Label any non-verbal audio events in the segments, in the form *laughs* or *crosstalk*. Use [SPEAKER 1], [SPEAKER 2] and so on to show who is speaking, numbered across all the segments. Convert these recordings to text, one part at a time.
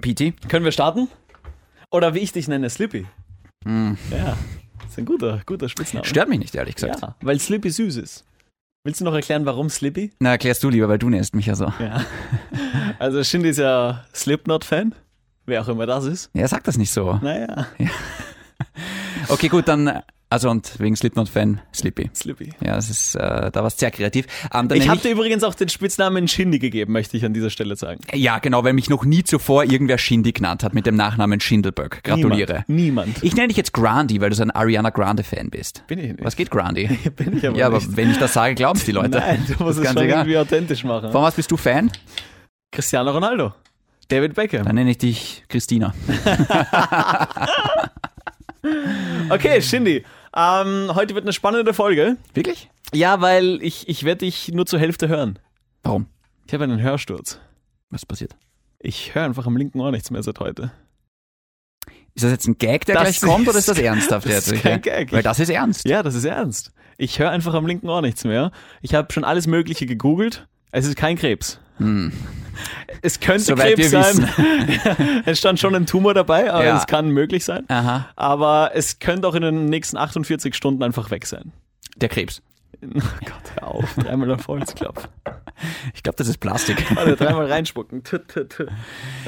[SPEAKER 1] PT?
[SPEAKER 2] Können wir starten? Oder wie ich dich nenne, Slippy. Ja, ist ein guter, guter Spitzname.
[SPEAKER 1] Hm. Stört mich nicht, ehrlich gesagt.
[SPEAKER 2] ja, weil Slippy süß ist. Willst du noch erklären, warum Slippy?
[SPEAKER 1] Na, erklärst du lieber, weil du nennst mich ja so.
[SPEAKER 2] Ja. Also Shindy ist ja Slipknot-Fan, wer auch immer das ist.
[SPEAKER 1] Ja, sag das nicht so.
[SPEAKER 2] Naja,
[SPEAKER 1] Okay, gut, dann, also und wegen Slipknot-Fan, Slippy.
[SPEAKER 2] Slippy.
[SPEAKER 1] Ja, das ist, äh, da warst du sehr kreativ. Ähm, dann
[SPEAKER 2] Ich
[SPEAKER 1] nenn
[SPEAKER 2] habe dir übrigens auch den Spitznamen Shindy gegeben, möchte ich an dieser Stelle sagen.
[SPEAKER 1] ja, genau, weil mich noch nie zuvor irgendwer Shindy genannt hat mit dem Nachnamen Schindelberg. Gratuliere.
[SPEAKER 2] Niemand. Niemand.
[SPEAKER 1] Ich nenne dich jetzt Grandy, weil du so ein Ariana Grande-Fan bist.
[SPEAKER 2] Bin ich nicht.
[SPEAKER 1] Was geht Grandy?
[SPEAKER 2] *laughs* Bin ich aber
[SPEAKER 1] Ja, aber
[SPEAKER 2] nicht.
[SPEAKER 1] wenn ich das sage, glauben es die Leute.
[SPEAKER 2] Nein, du musst
[SPEAKER 1] ist
[SPEAKER 2] es schon
[SPEAKER 1] ganz egal.
[SPEAKER 2] irgendwie authentisch machen.
[SPEAKER 1] Von was bist du Fan?
[SPEAKER 2] Cristiano Ronaldo, David Beckham.
[SPEAKER 1] Dann nenne ich dich Christina.
[SPEAKER 2] Okay, Shindy, ähm, heute wird eine spannende Folge.
[SPEAKER 1] Wirklich?
[SPEAKER 2] Ja, weil ich, ich werde dich nur zur Hälfte hören.
[SPEAKER 1] Warum?
[SPEAKER 2] Ich habe einen Hörsturz.
[SPEAKER 1] Was passiert?
[SPEAKER 2] Ich höre einfach am linken Ohr nichts mehr seit heute.
[SPEAKER 1] Ist das jetzt ein Gag, der
[SPEAKER 2] Das
[SPEAKER 1] gleich kommt, oder
[SPEAKER 2] ist-
[SPEAKER 1] ist das ernsthaft
[SPEAKER 2] das
[SPEAKER 1] jetzt?
[SPEAKER 2] ist kein Gag.
[SPEAKER 1] Weil das ist ernst.
[SPEAKER 2] Ja, das ist ernst. Ich höre einfach am linken Ohr nichts mehr. Ich habe schon alles Mögliche gegoogelt. Es ist kein Krebs.
[SPEAKER 1] Hm.
[SPEAKER 2] Es könnte
[SPEAKER 1] Soweit
[SPEAKER 2] Krebs
[SPEAKER 1] wir
[SPEAKER 2] sein. *laughs* es stand schon ein Tumor dabei, aber
[SPEAKER 1] Ja.
[SPEAKER 2] es kann möglich sein.
[SPEAKER 1] Aha.
[SPEAKER 2] Aber es könnte auch in den nächsten 48 Stunden einfach weg sein. *laughs*
[SPEAKER 1] Der Krebs.
[SPEAKER 2] Oh Gott, hör auf. Dreimal auf Holz klopfen.
[SPEAKER 1] Ich glaube, das ist Plastik.
[SPEAKER 2] Warte, dreimal reinspucken. Tü, tü, tü.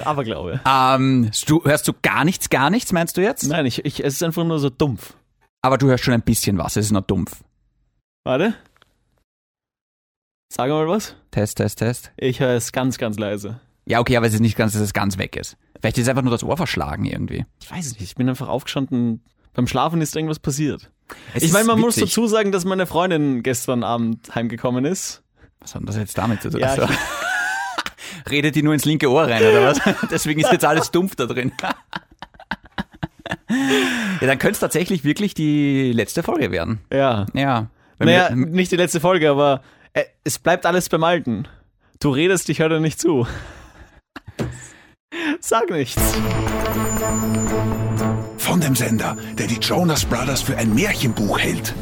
[SPEAKER 2] Aber glaube.
[SPEAKER 1] *laughs* ähm, du, hörst du gar nichts, gar nichts, meinst du jetzt?
[SPEAKER 2] Nein, ich, ich, es ist einfach nur so dumpf.
[SPEAKER 1] Aber du hörst schon ein bisschen was, es ist nur dumpf.
[SPEAKER 2] Warte. Sag mal was.
[SPEAKER 1] Test, test, test.
[SPEAKER 2] Ich höre es ganz, ganz leise.
[SPEAKER 1] Ja, okay, aber es ist nicht ganz, dass es ganz weg ist. Vielleicht ist einfach nur das Ohr verschlagen irgendwie.
[SPEAKER 2] Ich weiß nicht, ich bin einfach aufgestanden. Beim Schlafen ist irgendwas passiert.
[SPEAKER 1] Es
[SPEAKER 2] ich
[SPEAKER 1] ist
[SPEAKER 2] meine, man muss
[SPEAKER 1] witzig.
[SPEAKER 2] dazu sagen, dass meine Freundin gestern Abend heimgekommen ist.
[SPEAKER 1] Was hat denn das jetzt damit zu tun?
[SPEAKER 2] Ja,
[SPEAKER 1] Also, *laughs* redet die nur ins linke Ohr rein, oder was? Deswegen ist jetzt alles dumpf da drin. ja, dann könnte es tatsächlich wirklich die letzte Folge werden.
[SPEAKER 2] Ja.
[SPEAKER 1] Ja. Wenn
[SPEAKER 2] Naja,
[SPEAKER 1] wir-
[SPEAKER 2] nicht die letzte Folge, aber äh, es bleibt alles beim Alten. Du redest, ich höre dir nicht zu. *laughs* Sag nichts.
[SPEAKER 3] Von dem Sender, der die Jonas Brothers für ein Märchenbuch hält,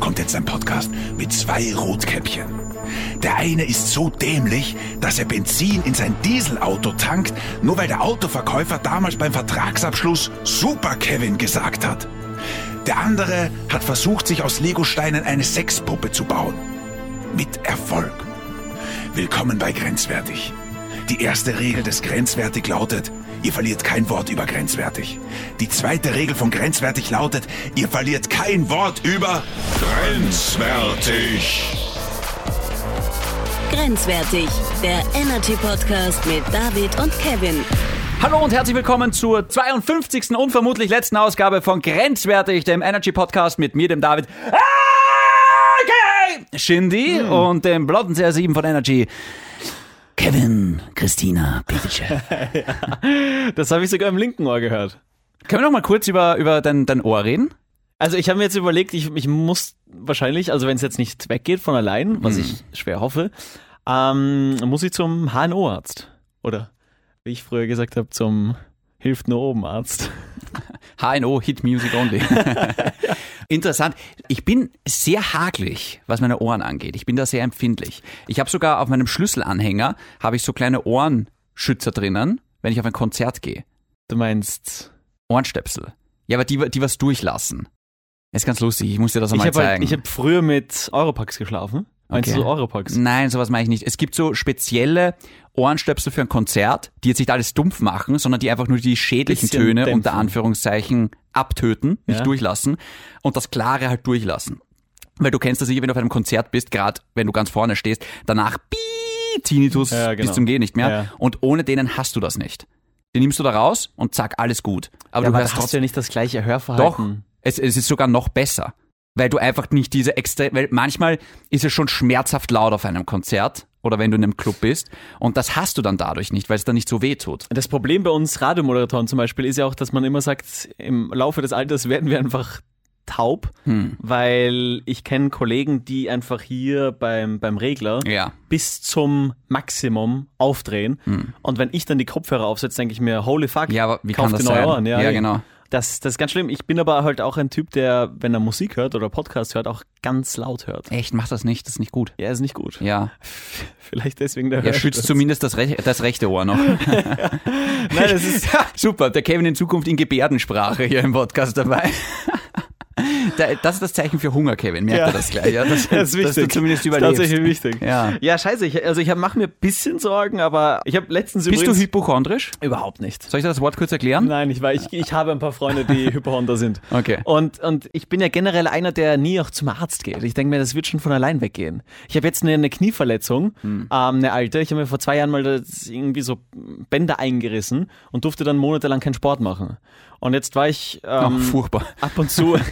[SPEAKER 3] kommt jetzt ein Podcast mit zwei Rotkäppchen. Der eine ist so dämlich, dass er Benzin in sein Dieselauto tankt, nur weil der Autoverkäufer damals beim Vertragsabschluss Super Kevin gesagt hat. Der andere hat versucht, sich aus Legosteinen eine Sexpuppe zu bauen. Mit Erfolg. Willkommen bei Grenzwertig. Die erste Regel des Grenzwertig lautet, ihr verliert kein Wort über Grenzwertig. Die zweite Regel von Grenzwertig lautet, ihr verliert kein Wort über Grenzwertig.
[SPEAKER 4] Grenzwertig, der Energy Podcast mit David und Kevin.
[SPEAKER 1] Hallo und herzlich willkommen zur 52. und vermutlich letzten Ausgabe von Grenzwertig, dem Energy Podcast mit mir, dem David. aka Shindy und dem blonden CR7 von Energy. Kevin, Christina, Petische.
[SPEAKER 2] Das habe ich sogar im linken Ohr gehört.
[SPEAKER 1] Können wir noch mal kurz über, über dein, dein Ohr reden?
[SPEAKER 2] Also ich habe mir jetzt überlegt, ich, ich muss wahrscheinlich, also wenn es jetzt nicht weggeht von allein, was
[SPEAKER 1] Hm.
[SPEAKER 2] ich schwer hoffe, ähm, muss ich zum HNO-Arzt. Oder wie ich früher gesagt habe, zum Hilft nur oben Arzt.
[SPEAKER 1] HNO, Hit Music Only. Interessant. Ich bin sehr haglich, was meine Ohren angeht. Ich bin da sehr empfindlich. Ich habe sogar auf meinem Schlüsselanhänger habe ich so kleine Ohrenschützer drinnen, wenn ich auf ein Konzert gehe.
[SPEAKER 2] Du meinst,
[SPEAKER 1] Ohrenstöpsel. Ja, aber die, die was durchlassen. Ist ganz lustig, ich muss dir das
[SPEAKER 2] ich
[SPEAKER 1] einmal
[SPEAKER 2] habe halt,
[SPEAKER 1] zeigen.
[SPEAKER 2] ich hab früher mit Europax geschlafen. Meinst
[SPEAKER 1] Okay. Hm.
[SPEAKER 2] du so Europax?
[SPEAKER 1] Nein, sowas meine ich nicht. Es gibt so spezielle Ohrenstöpsel für ein Konzert, die jetzt nicht alles dumpf machen, sondern die einfach nur die schädlichen
[SPEAKER 2] Bisschen
[SPEAKER 1] Töne
[SPEAKER 2] dämpfen.
[SPEAKER 1] unter Anführungszeichen abtöten, nicht
[SPEAKER 2] Ja.
[SPEAKER 1] durchlassen und das Klare halt durchlassen. Weil du kennst das sicher, wenn du auf einem Konzert bist, gerade wenn du ganz vorne stehst, danach piep, Tinnitus
[SPEAKER 2] Ja, genau.
[SPEAKER 1] bis zum Gehen nicht mehr.
[SPEAKER 2] Ja, ja.
[SPEAKER 1] Und ohne denen hast du das nicht. Den nimmst du da raus und zack, alles gut. Aber
[SPEAKER 2] Ja,
[SPEAKER 1] du
[SPEAKER 2] aber
[SPEAKER 1] hörst
[SPEAKER 2] da hast du ja nicht das gleiche
[SPEAKER 1] Doch,
[SPEAKER 2] Hörverhalten.
[SPEAKER 1] es, es ist sogar noch besser. Weil du einfach nicht diese extra, weil manchmal ist es schon schmerzhaft laut auf einem Konzert oder wenn du in einem Club bist und das hast du dann dadurch nicht, weil es dann nicht so weh tut.
[SPEAKER 2] Das Problem bei uns Radiomoderatoren zum Beispiel ist ja auch, dass man immer sagt, im Laufe des Alters werden wir einfach taub,
[SPEAKER 1] Hm.
[SPEAKER 2] weil ich kenne Kollegen, die einfach hier beim, beim Regler
[SPEAKER 1] Ja.
[SPEAKER 2] bis zum Maximum aufdrehen. Und wenn ich dann die Kopfhörer aufsetze, denke ich mir, holy fuck,
[SPEAKER 1] Hm. Ja, aber wie
[SPEAKER 2] kauf
[SPEAKER 1] kann das
[SPEAKER 2] dir neue
[SPEAKER 1] sein?
[SPEAKER 2] Ohren. Ja,
[SPEAKER 1] Ja,
[SPEAKER 2] eh.
[SPEAKER 1] genau.
[SPEAKER 2] Das, das ist ganz schlimm. Ich bin aber halt auch ein Typ, der, wenn er Musik hört oder Podcast hört, auch ganz laut hört.
[SPEAKER 1] Echt, mach das nicht, das ist nicht gut.
[SPEAKER 2] Ja, ist nicht gut.
[SPEAKER 1] Ja,
[SPEAKER 2] *laughs* Vielleicht deswegen der
[SPEAKER 1] er
[SPEAKER 2] Hörschutz.
[SPEAKER 1] schützt zumindest das, Rech das rechte Ohr noch.
[SPEAKER 2] *laughs* Nein, *laughs* das ist.
[SPEAKER 1] Ja, *laughs* super, der Kevin in Zukunft in Gebärdensprache hier im Podcast dabei. *laughs* Da- Das ist das Zeichen für Hunger, Kevin. Merkt
[SPEAKER 2] Ja.
[SPEAKER 1] er das gleich? Ja, das,
[SPEAKER 2] *laughs* Das ist wichtig.
[SPEAKER 1] Dass du zumindest
[SPEAKER 2] Das ist
[SPEAKER 1] überlebst.
[SPEAKER 2] Tatsächlich wichtig.
[SPEAKER 1] Ja.
[SPEAKER 2] ja scheiße. Ich, also ich mache mir ein bisschen Sorgen, aber ich habe letztens
[SPEAKER 1] Bist du
[SPEAKER 2] übrigens...
[SPEAKER 1] hypochondrisch?
[SPEAKER 2] Überhaupt nicht.
[SPEAKER 1] Soll ich dir das Wort kurz erklären?
[SPEAKER 2] Nein, ich, war, ich, ich habe ein paar Freunde, *laughs* die Hyperhonda sind.
[SPEAKER 1] Okay.
[SPEAKER 2] Und, und ich bin ja generell einer, der nie auch zum Arzt geht. Ich denke mir, das wird schon von allein weggehen. Ich habe jetzt eine, eine Knieverletzung,
[SPEAKER 1] Hm.
[SPEAKER 2] ähm, eine alte. Ich habe mir vor zwei Jahren mal das irgendwie so Bänder eingerissen und durfte dann monatelang keinen Sport machen. Und jetzt war ich
[SPEAKER 1] Ach,
[SPEAKER 2] ähm,
[SPEAKER 1] furchtbar.
[SPEAKER 2] ab und zu, *laughs* und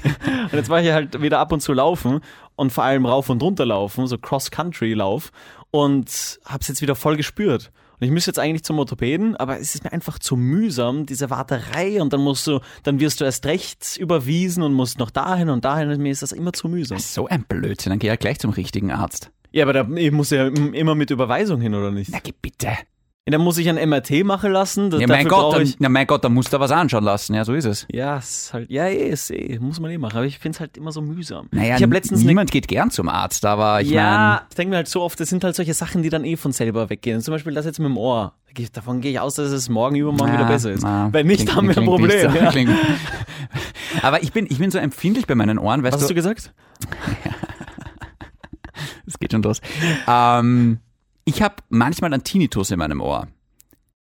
[SPEAKER 2] jetzt war ich halt wieder ab und zu laufen und vor allem rauf und runter laufen, so Cross-Country-Lauf und hab's jetzt wieder voll gespürt. Und ich müsste jetzt eigentlich zum Orthopäden, aber es ist mir einfach zu mühsam, diese Warterei und dann musst du, dann wirst du erst rechts überwiesen und musst noch dahin und dahin und mir ist das immer zu mühsam.
[SPEAKER 1] So ein Blödsinn, dann geh ja gleich zum richtigen Arzt.
[SPEAKER 2] Ja, aber da ich muss ja m- immer mit Überweisung hin, oder nicht?
[SPEAKER 1] Na, geh bitte.
[SPEAKER 2] Dann muss ich ein MRT machen lassen, da,
[SPEAKER 1] Ja, mein
[SPEAKER 2] Also dafür
[SPEAKER 1] Gott,
[SPEAKER 2] brauche
[SPEAKER 1] dann,
[SPEAKER 2] ich...
[SPEAKER 1] ja, mein Gott, dann musst du was anschauen lassen. Ja, so ist es.
[SPEAKER 2] Ja, ist halt, ja, eh, ist eh, muss man eh machen, aber ich find's halt immer so mühsam.
[SPEAKER 1] Naja,
[SPEAKER 2] ich habe letztens eine
[SPEAKER 1] niemand geht gern zum Arzt, aber ich
[SPEAKER 2] ja,
[SPEAKER 1] meine...
[SPEAKER 2] ich denke mir halt so oft, das sind halt solche Sachen, die dann eh von selber weggehen. Zum Beispiel das jetzt mit dem Ohr. Da geh ich- Davon gehe ich aus, dass es morgen übermorgen wieder besser ist.
[SPEAKER 1] Ah, na,
[SPEAKER 2] Wenn nicht,
[SPEAKER 1] klingt-
[SPEAKER 2] haben wir ein
[SPEAKER 1] klingt nicht
[SPEAKER 2] Problem.
[SPEAKER 1] so,
[SPEAKER 2] *laughs* ja.
[SPEAKER 1] klingt- Aber ich bin, ich bin so empfindlich bei meinen Ohren, weißt
[SPEAKER 2] Was hast du
[SPEAKER 1] du,
[SPEAKER 2] gesagt?
[SPEAKER 1] es geht schon los. Ähm, ich habe manchmal einen Tinnitus in meinem Ohr.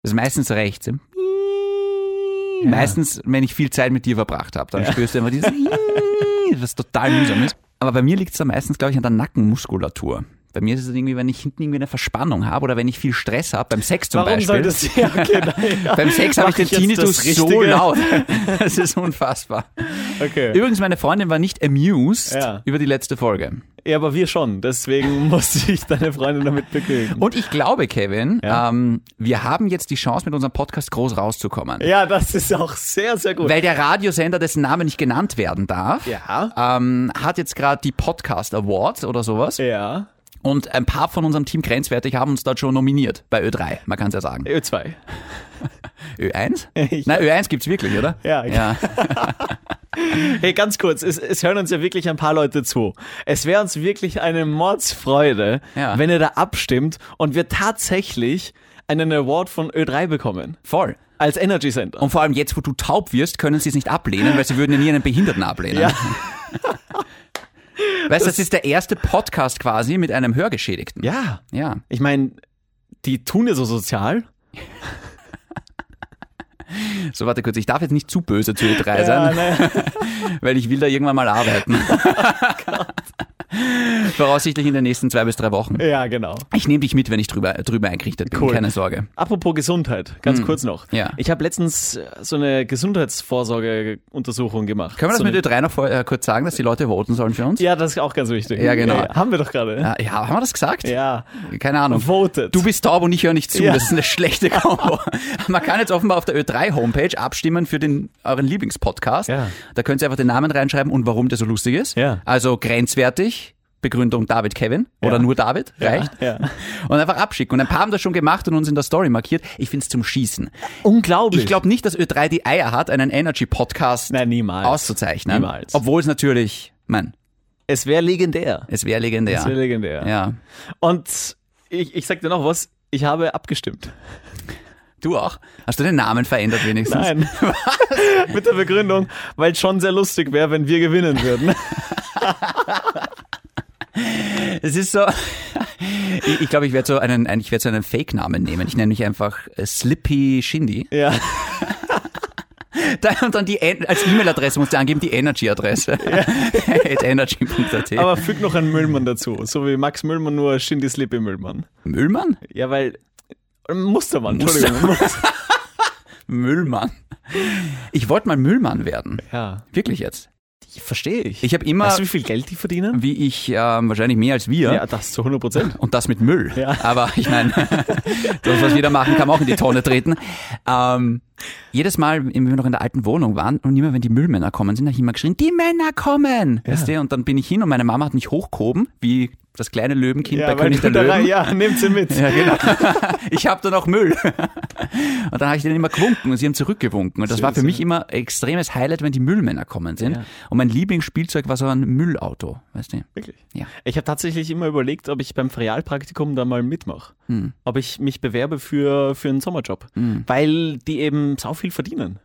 [SPEAKER 1] Das ist meistens rechts. Meistens, wenn ich viel Zeit mit dir verbracht habe, dann spürst du immer
[SPEAKER 2] *laughs*
[SPEAKER 1] dieses, was total mühsam ist. Aber bei mir liegt es dann meistens, glaube ich, an der Nackenmuskulatur. Bei mir ist es irgendwie, wenn ich hinten irgendwie eine Verspannung habe oder wenn ich viel Stress habe, beim Sex zum
[SPEAKER 2] Warum
[SPEAKER 1] Beispiel.
[SPEAKER 2] soll das? Ja, okay, ja.
[SPEAKER 1] *laughs* beim Sex habe ich
[SPEAKER 2] Mach
[SPEAKER 1] den
[SPEAKER 2] jetzt das
[SPEAKER 1] Tinnitus so
[SPEAKER 2] Richtige?
[SPEAKER 1] laut. *laughs* Das ist unfassbar.
[SPEAKER 2] Okay.
[SPEAKER 1] Übrigens, meine Freundin war nicht amused
[SPEAKER 2] Ja.
[SPEAKER 1] über die letzte Folge.
[SPEAKER 2] Ja, aber wir
[SPEAKER 1] *laughs*
[SPEAKER 2] schon. Deswegen muss ich deine Freundin damit begnügen.
[SPEAKER 1] Und ich glaube, Kevin,
[SPEAKER 2] Ja.
[SPEAKER 1] ähm, wir haben jetzt die Chance, mit unserem Podcast groß rauszukommen.
[SPEAKER 2] Ja, das ist auch sehr, sehr gut.
[SPEAKER 1] Weil der Radiosender, dessen Name nicht genannt werden darf,
[SPEAKER 2] Ja.
[SPEAKER 1] ähm, hat jetzt gerade die Podcast Awards oder sowas.
[SPEAKER 2] Ja.
[SPEAKER 1] Und ein paar von unserem Team Grenzwertig haben uns dort schon nominiert. Bei Ö3, man kann es ja sagen.
[SPEAKER 2] Ö2.
[SPEAKER 1] Ö1?
[SPEAKER 2] Ich-
[SPEAKER 1] Nein, Ö1 gibt's wirklich, oder?
[SPEAKER 2] Ja,
[SPEAKER 1] ja.
[SPEAKER 2] Hey, ganz kurz, es, es hören uns ja wirklich ein paar Leute zu. Es wäre uns wirklich eine Mordsfreude,
[SPEAKER 1] Ja.
[SPEAKER 2] wenn ihr da abstimmt und wir tatsächlich einen Award von Ö3 bekommen.
[SPEAKER 1] Voll.
[SPEAKER 2] Als Energy Center.
[SPEAKER 1] Und vor allem jetzt, wo du taub wirst, können sie es nicht ablehnen, weil sie würden ja nie einen Behinderten ablehnen.
[SPEAKER 2] Ja.
[SPEAKER 1] *laughs* Weißt du, das ist der erste Podcast quasi mit einem Hörgeschädigten.
[SPEAKER 2] Ja.
[SPEAKER 1] Ja.
[SPEAKER 2] Ich meine, die tun ja so sozial.
[SPEAKER 1] So, warte kurz, ich darf jetzt nicht zu böse zu Ö3 sein.
[SPEAKER 2] Ja, ne, *laughs*
[SPEAKER 1] weil ich will da irgendwann mal arbeiten.
[SPEAKER 2] Oh
[SPEAKER 1] Voraussichtlich in den nächsten zwei bis drei Wochen.
[SPEAKER 2] ja genau.
[SPEAKER 1] Ich nehme dich mit, wenn ich drüber, drüber eingerichtet bin.
[SPEAKER 2] Cool.
[SPEAKER 1] Keine Sorge.
[SPEAKER 2] Apropos Gesundheit, ganz kurz noch.
[SPEAKER 1] Hm. Ja.
[SPEAKER 2] Ich habe letztens äh, so eine Gesundheitsvorsorgeuntersuchung gemacht.
[SPEAKER 1] Können wir das
[SPEAKER 2] so
[SPEAKER 1] mit
[SPEAKER 2] eine-
[SPEAKER 1] Ö3 noch vor, äh, kurz sagen, dass die Leute voten sollen für uns?
[SPEAKER 2] Ja, das ist auch ganz wichtig.
[SPEAKER 1] Ja, genau.
[SPEAKER 2] haben wir doch gerade.
[SPEAKER 1] Ah, ja, haben wir das gesagt?
[SPEAKER 2] Ja.
[SPEAKER 1] Keine Ahnung.
[SPEAKER 2] Votet.
[SPEAKER 1] Du bist taub und ich höre nicht zu.
[SPEAKER 2] Ja.
[SPEAKER 1] Das ist eine schlechte Kombo. *laughs* Man kann jetzt offenbar auf der Ö3-Homepage abstimmen für den, euren Lieblingspodcast.
[SPEAKER 2] Ja.
[SPEAKER 1] Da könnt ihr einfach den Namen reinschreiben und warum der so lustig ist.
[SPEAKER 2] Ja.
[SPEAKER 1] Also grenzwertig, Begründung David Kevin oder
[SPEAKER 2] Ja.
[SPEAKER 1] nur David, reicht.
[SPEAKER 2] Ja.
[SPEAKER 1] Und einfach abschicken. Und ein paar haben das schon gemacht und uns in der Story markiert. Ich finde es zum Schießen.
[SPEAKER 2] Unglaublich.
[SPEAKER 1] Ich glaube nicht, dass Ö3 die Eier hat, einen Energy-Podcast
[SPEAKER 2] Nein, niemals.
[SPEAKER 1] auszuzeichnen.
[SPEAKER 2] Niemals.
[SPEAKER 1] Obwohl es natürlich, man,
[SPEAKER 2] es wäre legendär.
[SPEAKER 1] es wäre legendär.
[SPEAKER 2] Es wäre legendär.
[SPEAKER 1] ja.
[SPEAKER 2] Und ich, ich sag dir noch was, ich habe *laughs* abgestimmt.
[SPEAKER 1] Du auch? Hast du den Namen verändert wenigstens?
[SPEAKER 2] Nein. *laughs* Mit der Begründung, weil es schon sehr lustig wäre, wenn wir gewinnen würden.
[SPEAKER 1] Es ist so. *laughs* Ich glaube, ich, glaub, ich werde so einen, ich werde so einen Fake-Namen nehmen. Ich nenne mich einfach äh, Slippy Shindy.
[SPEAKER 2] *laughs* Ja.
[SPEAKER 1] Dann- Und dann die En- als E-Mail-Adresse musst du angeben die Energy-Adresse. *laughs* At energy.at.
[SPEAKER 2] Aber füg noch einen Müllmann dazu. So wie Max Müllmann, nur Shindy Slippy Müllmann.
[SPEAKER 1] Müllmann?
[SPEAKER 2] Ja, weil. Mustermann, Entschuldigung. *laughs*
[SPEAKER 1] Müllmann. Ich wollte mal Müllmann werden.
[SPEAKER 2] Ja.
[SPEAKER 1] Wirklich jetzt.
[SPEAKER 2] Verstehe ich.
[SPEAKER 1] Ich habe immer,
[SPEAKER 2] weißt du, wie viel Geld die verdienen?
[SPEAKER 1] wie ich, ähm, wahrscheinlich mehr als wir.
[SPEAKER 2] Ja, das zu 100 Prozent.
[SPEAKER 1] Und das mit Müll.
[SPEAKER 2] Ja.
[SPEAKER 1] *laughs* Aber ich meine, das, was wir da machen, kann man auch in die Tonne treten. Ähm, jedes Mal, wenn wir noch in der alten Wohnung waren und immer, wenn die Müllmänner kommen sind, habe ich immer geschrien, die Männer kommen! Weißt du? Und dann bin ich hin und meine Mama hat mich hochgehoben, wie das kleine Löwenkind
[SPEAKER 2] ja,
[SPEAKER 1] bei
[SPEAKER 2] weil
[SPEAKER 1] König der
[SPEAKER 2] du da
[SPEAKER 1] Löwen.
[SPEAKER 2] rein- ja, nehmt sie mit.
[SPEAKER 1] Ja, genau. *laughs* ich habe da noch Müll. *laughs* Und dann habe ich denen immer gewunken und sie haben zurückgewunken. Und das war für mich immer ein extremes Highlight, wenn die Müllmänner kommen sind.
[SPEAKER 2] Ja.
[SPEAKER 1] Und mein Lieblingsspielzeug war so ein Müllauto, weißt du?
[SPEAKER 2] Wirklich?
[SPEAKER 1] Ja.
[SPEAKER 2] Ich habe tatsächlich immer überlegt, ob ich beim Ferialpraktikum da mal mitmache.
[SPEAKER 1] Hm.
[SPEAKER 2] Ob ich mich bewerbe für, für einen Sommerjob. Weil die eben sau viel verdienen.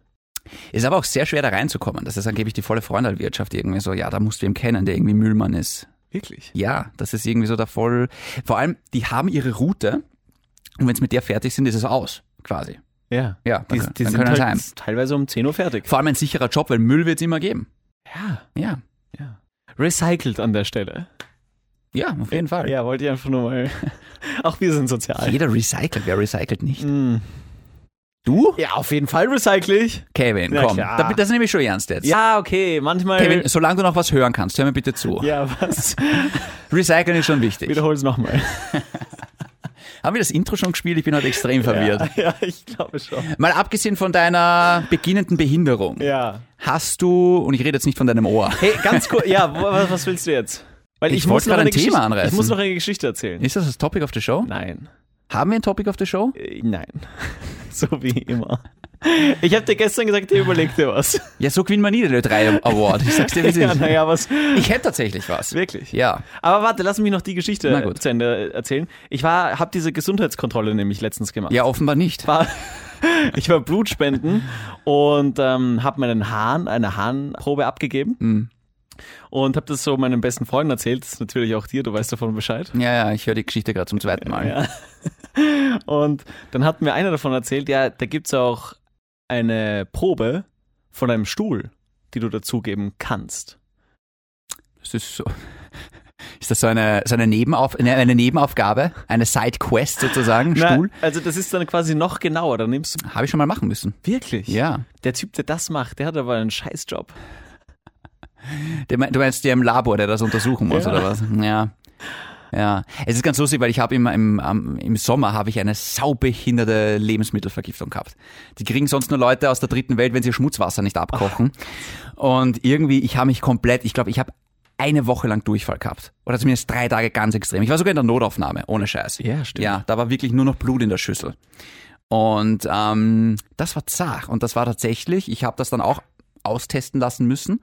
[SPEAKER 1] Ist aber auch sehr schwer da reinzukommen. Das ist angeblich die volle Freundalwirtschaft irgendwie so, ja, da musst du ihn kennen, der irgendwie Müllmann ist.
[SPEAKER 2] Wirklich?
[SPEAKER 1] Ja, das ist irgendwie so der voll. Vor allem, die haben ihre Route und wenn sie mit der fertig sind, ist es aus, quasi.
[SPEAKER 2] Ja.
[SPEAKER 1] Ja,
[SPEAKER 2] Die,
[SPEAKER 1] dann,
[SPEAKER 2] die
[SPEAKER 1] dann
[SPEAKER 2] sind
[SPEAKER 1] können sie
[SPEAKER 2] halt
[SPEAKER 1] heim.
[SPEAKER 2] teilweise um 10 Uhr fertig.
[SPEAKER 1] Vor allem ein sicherer Job, weil Müll wird es immer geben.
[SPEAKER 2] Ja.
[SPEAKER 1] Ja,
[SPEAKER 2] ja. Recycelt an der Stelle.
[SPEAKER 1] ja, auf jeden Fall.
[SPEAKER 2] Ja, wollte ich einfach nur mal. *laughs* Auch wir sind sozial.
[SPEAKER 1] Jeder recycelt, wer recycelt nicht?
[SPEAKER 2] Mm.
[SPEAKER 1] Du?
[SPEAKER 2] Ja, auf jeden Fall recycle ich.
[SPEAKER 1] Kevin,
[SPEAKER 2] Na
[SPEAKER 1] komm.
[SPEAKER 2] klar.
[SPEAKER 1] Da- Das nehme ich schon ernst jetzt.
[SPEAKER 2] Ja, okay, manchmal.
[SPEAKER 1] Kevin, solange du noch was hören kannst, hör mir bitte zu.
[SPEAKER 2] ja, was? *laughs*
[SPEAKER 1] Recyceln ist schon wichtig.
[SPEAKER 2] Wiederhol's nochmal.
[SPEAKER 1] Haben wir das Intro schon gespielt? Ich bin heute extrem verwirrt.
[SPEAKER 2] Ja, *laughs* ich glaube schon.
[SPEAKER 1] Mal abgesehen von deiner beginnenden Behinderung,
[SPEAKER 2] Ja.
[SPEAKER 1] hast du, und ich rede jetzt nicht von deinem Ohr,
[SPEAKER 2] Hey, ganz kurz, ja, wa- wa- was willst du jetzt? Weil
[SPEAKER 1] Ich
[SPEAKER 2] ich, muss
[SPEAKER 1] wollte
[SPEAKER 2] noch
[SPEAKER 1] gerade
[SPEAKER 2] eine
[SPEAKER 1] ein Thema
[SPEAKER 2] Geschichte,
[SPEAKER 1] anreißen.
[SPEAKER 2] Ich muss noch eine Geschichte erzählen.
[SPEAKER 1] ist das das Topic of the Show?
[SPEAKER 2] Nein.
[SPEAKER 1] Haben wir ein Topic of the Show?
[SPEAKER 2] Äh, Nein. *laughs* So wie immer. Ich habe dir gestern gesagt, ihr überlegt dir was.
[SPEAKER 1] Ja, so gewinnen wir nie den Ö3 Award. Ich sag's dir, wie es
[SPEAKER 2] *laughs* Ja,
[SPEAKER 1] ist.
[SPEAKER 2] naja, was?
[SPEAKER 1] Ich hätte tatsächlich was.
[SPEAKER 2] Wirklich?
[SPEAKER 1] Ja.
[SPEAKER 2] Aber warte, lass mich noch die
[SPEAKER 1] Na
[SPEAKER 2] Geschichte
[SPEAKER 1] gut.
[SPEAKER 2] zu Ende äh, erzählen. Ich war, habe diese Gesundheitskontrolle nämlich letztens gemacht.
[SPEAKER 1] Ja, offenbar nicht.
[SPEAKER 2] war, *laughs* ich war Blutspenden und ähm, habe meinen Hahn, eine Hahnprobe abgegeben und habe das so meinem besten Freund erzählt. Das ist natürlich auch dir, du weißt davon Bescheid.
[SPEAKER 1] Ja, ja, ich höre die Geschichte gerade zum zweiten Mal.
[SPEAKER 2] Ja. Und dann hat mir einer davon erzählt, ja, da gibt es auch eine Probe von einem Stuhl, die du dazugeben kannst.
[SPEAKER 1] Das ist so. *laughs* Ist das so eine, so eine, Nebenauf ne, eine, eine Nebenaufgabe? Eine Side-Quest sozusagen? Stuhl?
[SPEAKER 2] Na, also das ist dann quasi noch genauer. Dann nimmst du
[SPEAKER 1] Habe ich schon mal machen müssen.
[SPEAKER 2] Ah, wirklich.
[SPEAKER 1] Ja.
[SPEAKER 2] Der Typ, der das macht, der hat aber einen Scheißjob.
[SPEAKER 1] Der mein- Du meinst der im Labor, der das untersuchen muss,
[SPEAKER 2] Ja.
[SPEAKER 1] oder was? Ja. Ja, es ist ganz lustig, weil ich habe immer im, am- im Sommer habe ich eine saubehinderte Lebensmittelvergiftung gehabt. Die kriegen sonst nur Leute aus der dritten Welt, wenn sie Schmutzwasser nicht abkochen. Und irgendwie, ich habe mich komplett, ich glaube, ich habe eine Woche lang Durchfall gehabt. Oder zumindest drei Tage ganz extrem. Ich war sogar in der Notaufnahme, ohne Scheiß.
[SPEAKER 2] Ja, stimmt.
[SPEAKER 1] Ja, da war wirklich nur noch Blut in der Schüssel. Und ähm, das war zart. Und das war tatsächlich, ich habe das dann auch austesten lassen müssen.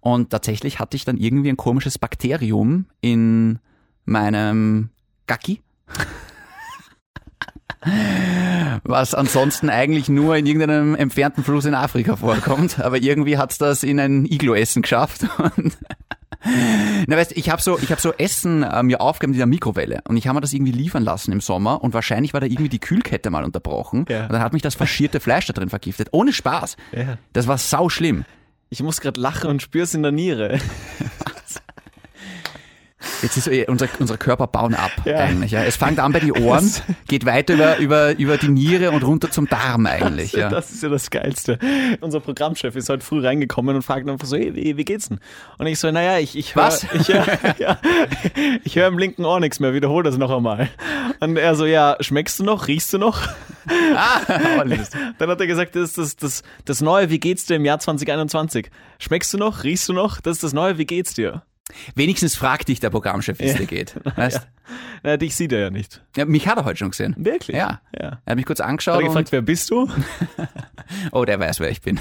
[SPEAKER 1] Und tatsächlich hatte ich dann irgendwie ein komisches Bakterium in meinem Gacki. Was ansonsten eigentlich nur in irgendeinem entfernten Fluss in Afrika vorkommt. Aber irgendwie hat's das in ein Iglo-Essen geschafft. Und *laughs* Na, weißt, ich habe so, ich hab so Essen äh, mir aufgegeben in der Mikrowelle und ich habe mir das irgendwie liefern lassen im Sommer und wahrscheinlich war da irgendwie die Kühlkette mal unterbrochen
[SPEAKER 2] Ja.
[SPEAKER 1] und dann hat mich das faschierte Fleisch da drin vergiftet. Ohne Spaß.
[SPEAKER 2] Ja.
[SPEAKER 1] Das war sau schlimm.
[SPEAKER 2] Ich muss gerade lachen und spür's in der *laughs* Niere.
[SPEAKER 1] Jetzt ist eh unser, unser Körper bauen ab
[SPEAKER 2] Ja.
[SPEAKER 1] eigentlich. Ja. Es fängt an bei den Ohren, geht weiter über, über, über die Niere und runter zum Darm eigentlich.
[SPEAKER 2] Das-
[SPEAKER 1] Ja.
[SPEAKER 2] Das ist ja das Geilste. Unser Programmchef ist heute früh reingekommen und fragt einfach so, hey, wie wie geht's denn? Und ich so, naja, ich, ich höre
[SPEAKER 1] Was?
[SPEAKER 2] ich, hör- *laughs* ja, ich hör im linken Ohr nichts mehr, wiederhol das noch einmal. Und er so, ja, schmeckst du noch, riechst du noch?
[SPEAKER 1] Ah,
[SPEAKER 2] Dann hat er gesagt, das ist das, das, das neue Wie geht's dir im Jahr 2021. Schmeckst du noch, riechst du noch? Das ist das neue Wie geht's dir?
[SPEAKER 1] Wenigstens fragt dich der Programmchef, wie es dir geht. Weißt?
[SPEAKER 2] Na, dich sieht er ja nicht.
[SPEAKER 1] Ja, mich hat er heute schon gesehen.
[SPEAKER 2] Wirklich?
[SPEAKER 1] Ja.
[SPEAKER 2] ja.
[SPEAKER 1] Er hat mich kurz
[SPEAKER 2] Hat
[SPEAKER 1] angeschaut
[SPEAKER 2] er
[SPEAKER 1] und,
[SPEAKER 2] gefragt, wer bist *laughs* du?
[SPEAKER 1] oh, der weiß, wer ich
[SPEAKER 2] *laughs*
[SPEAKER 1] bin.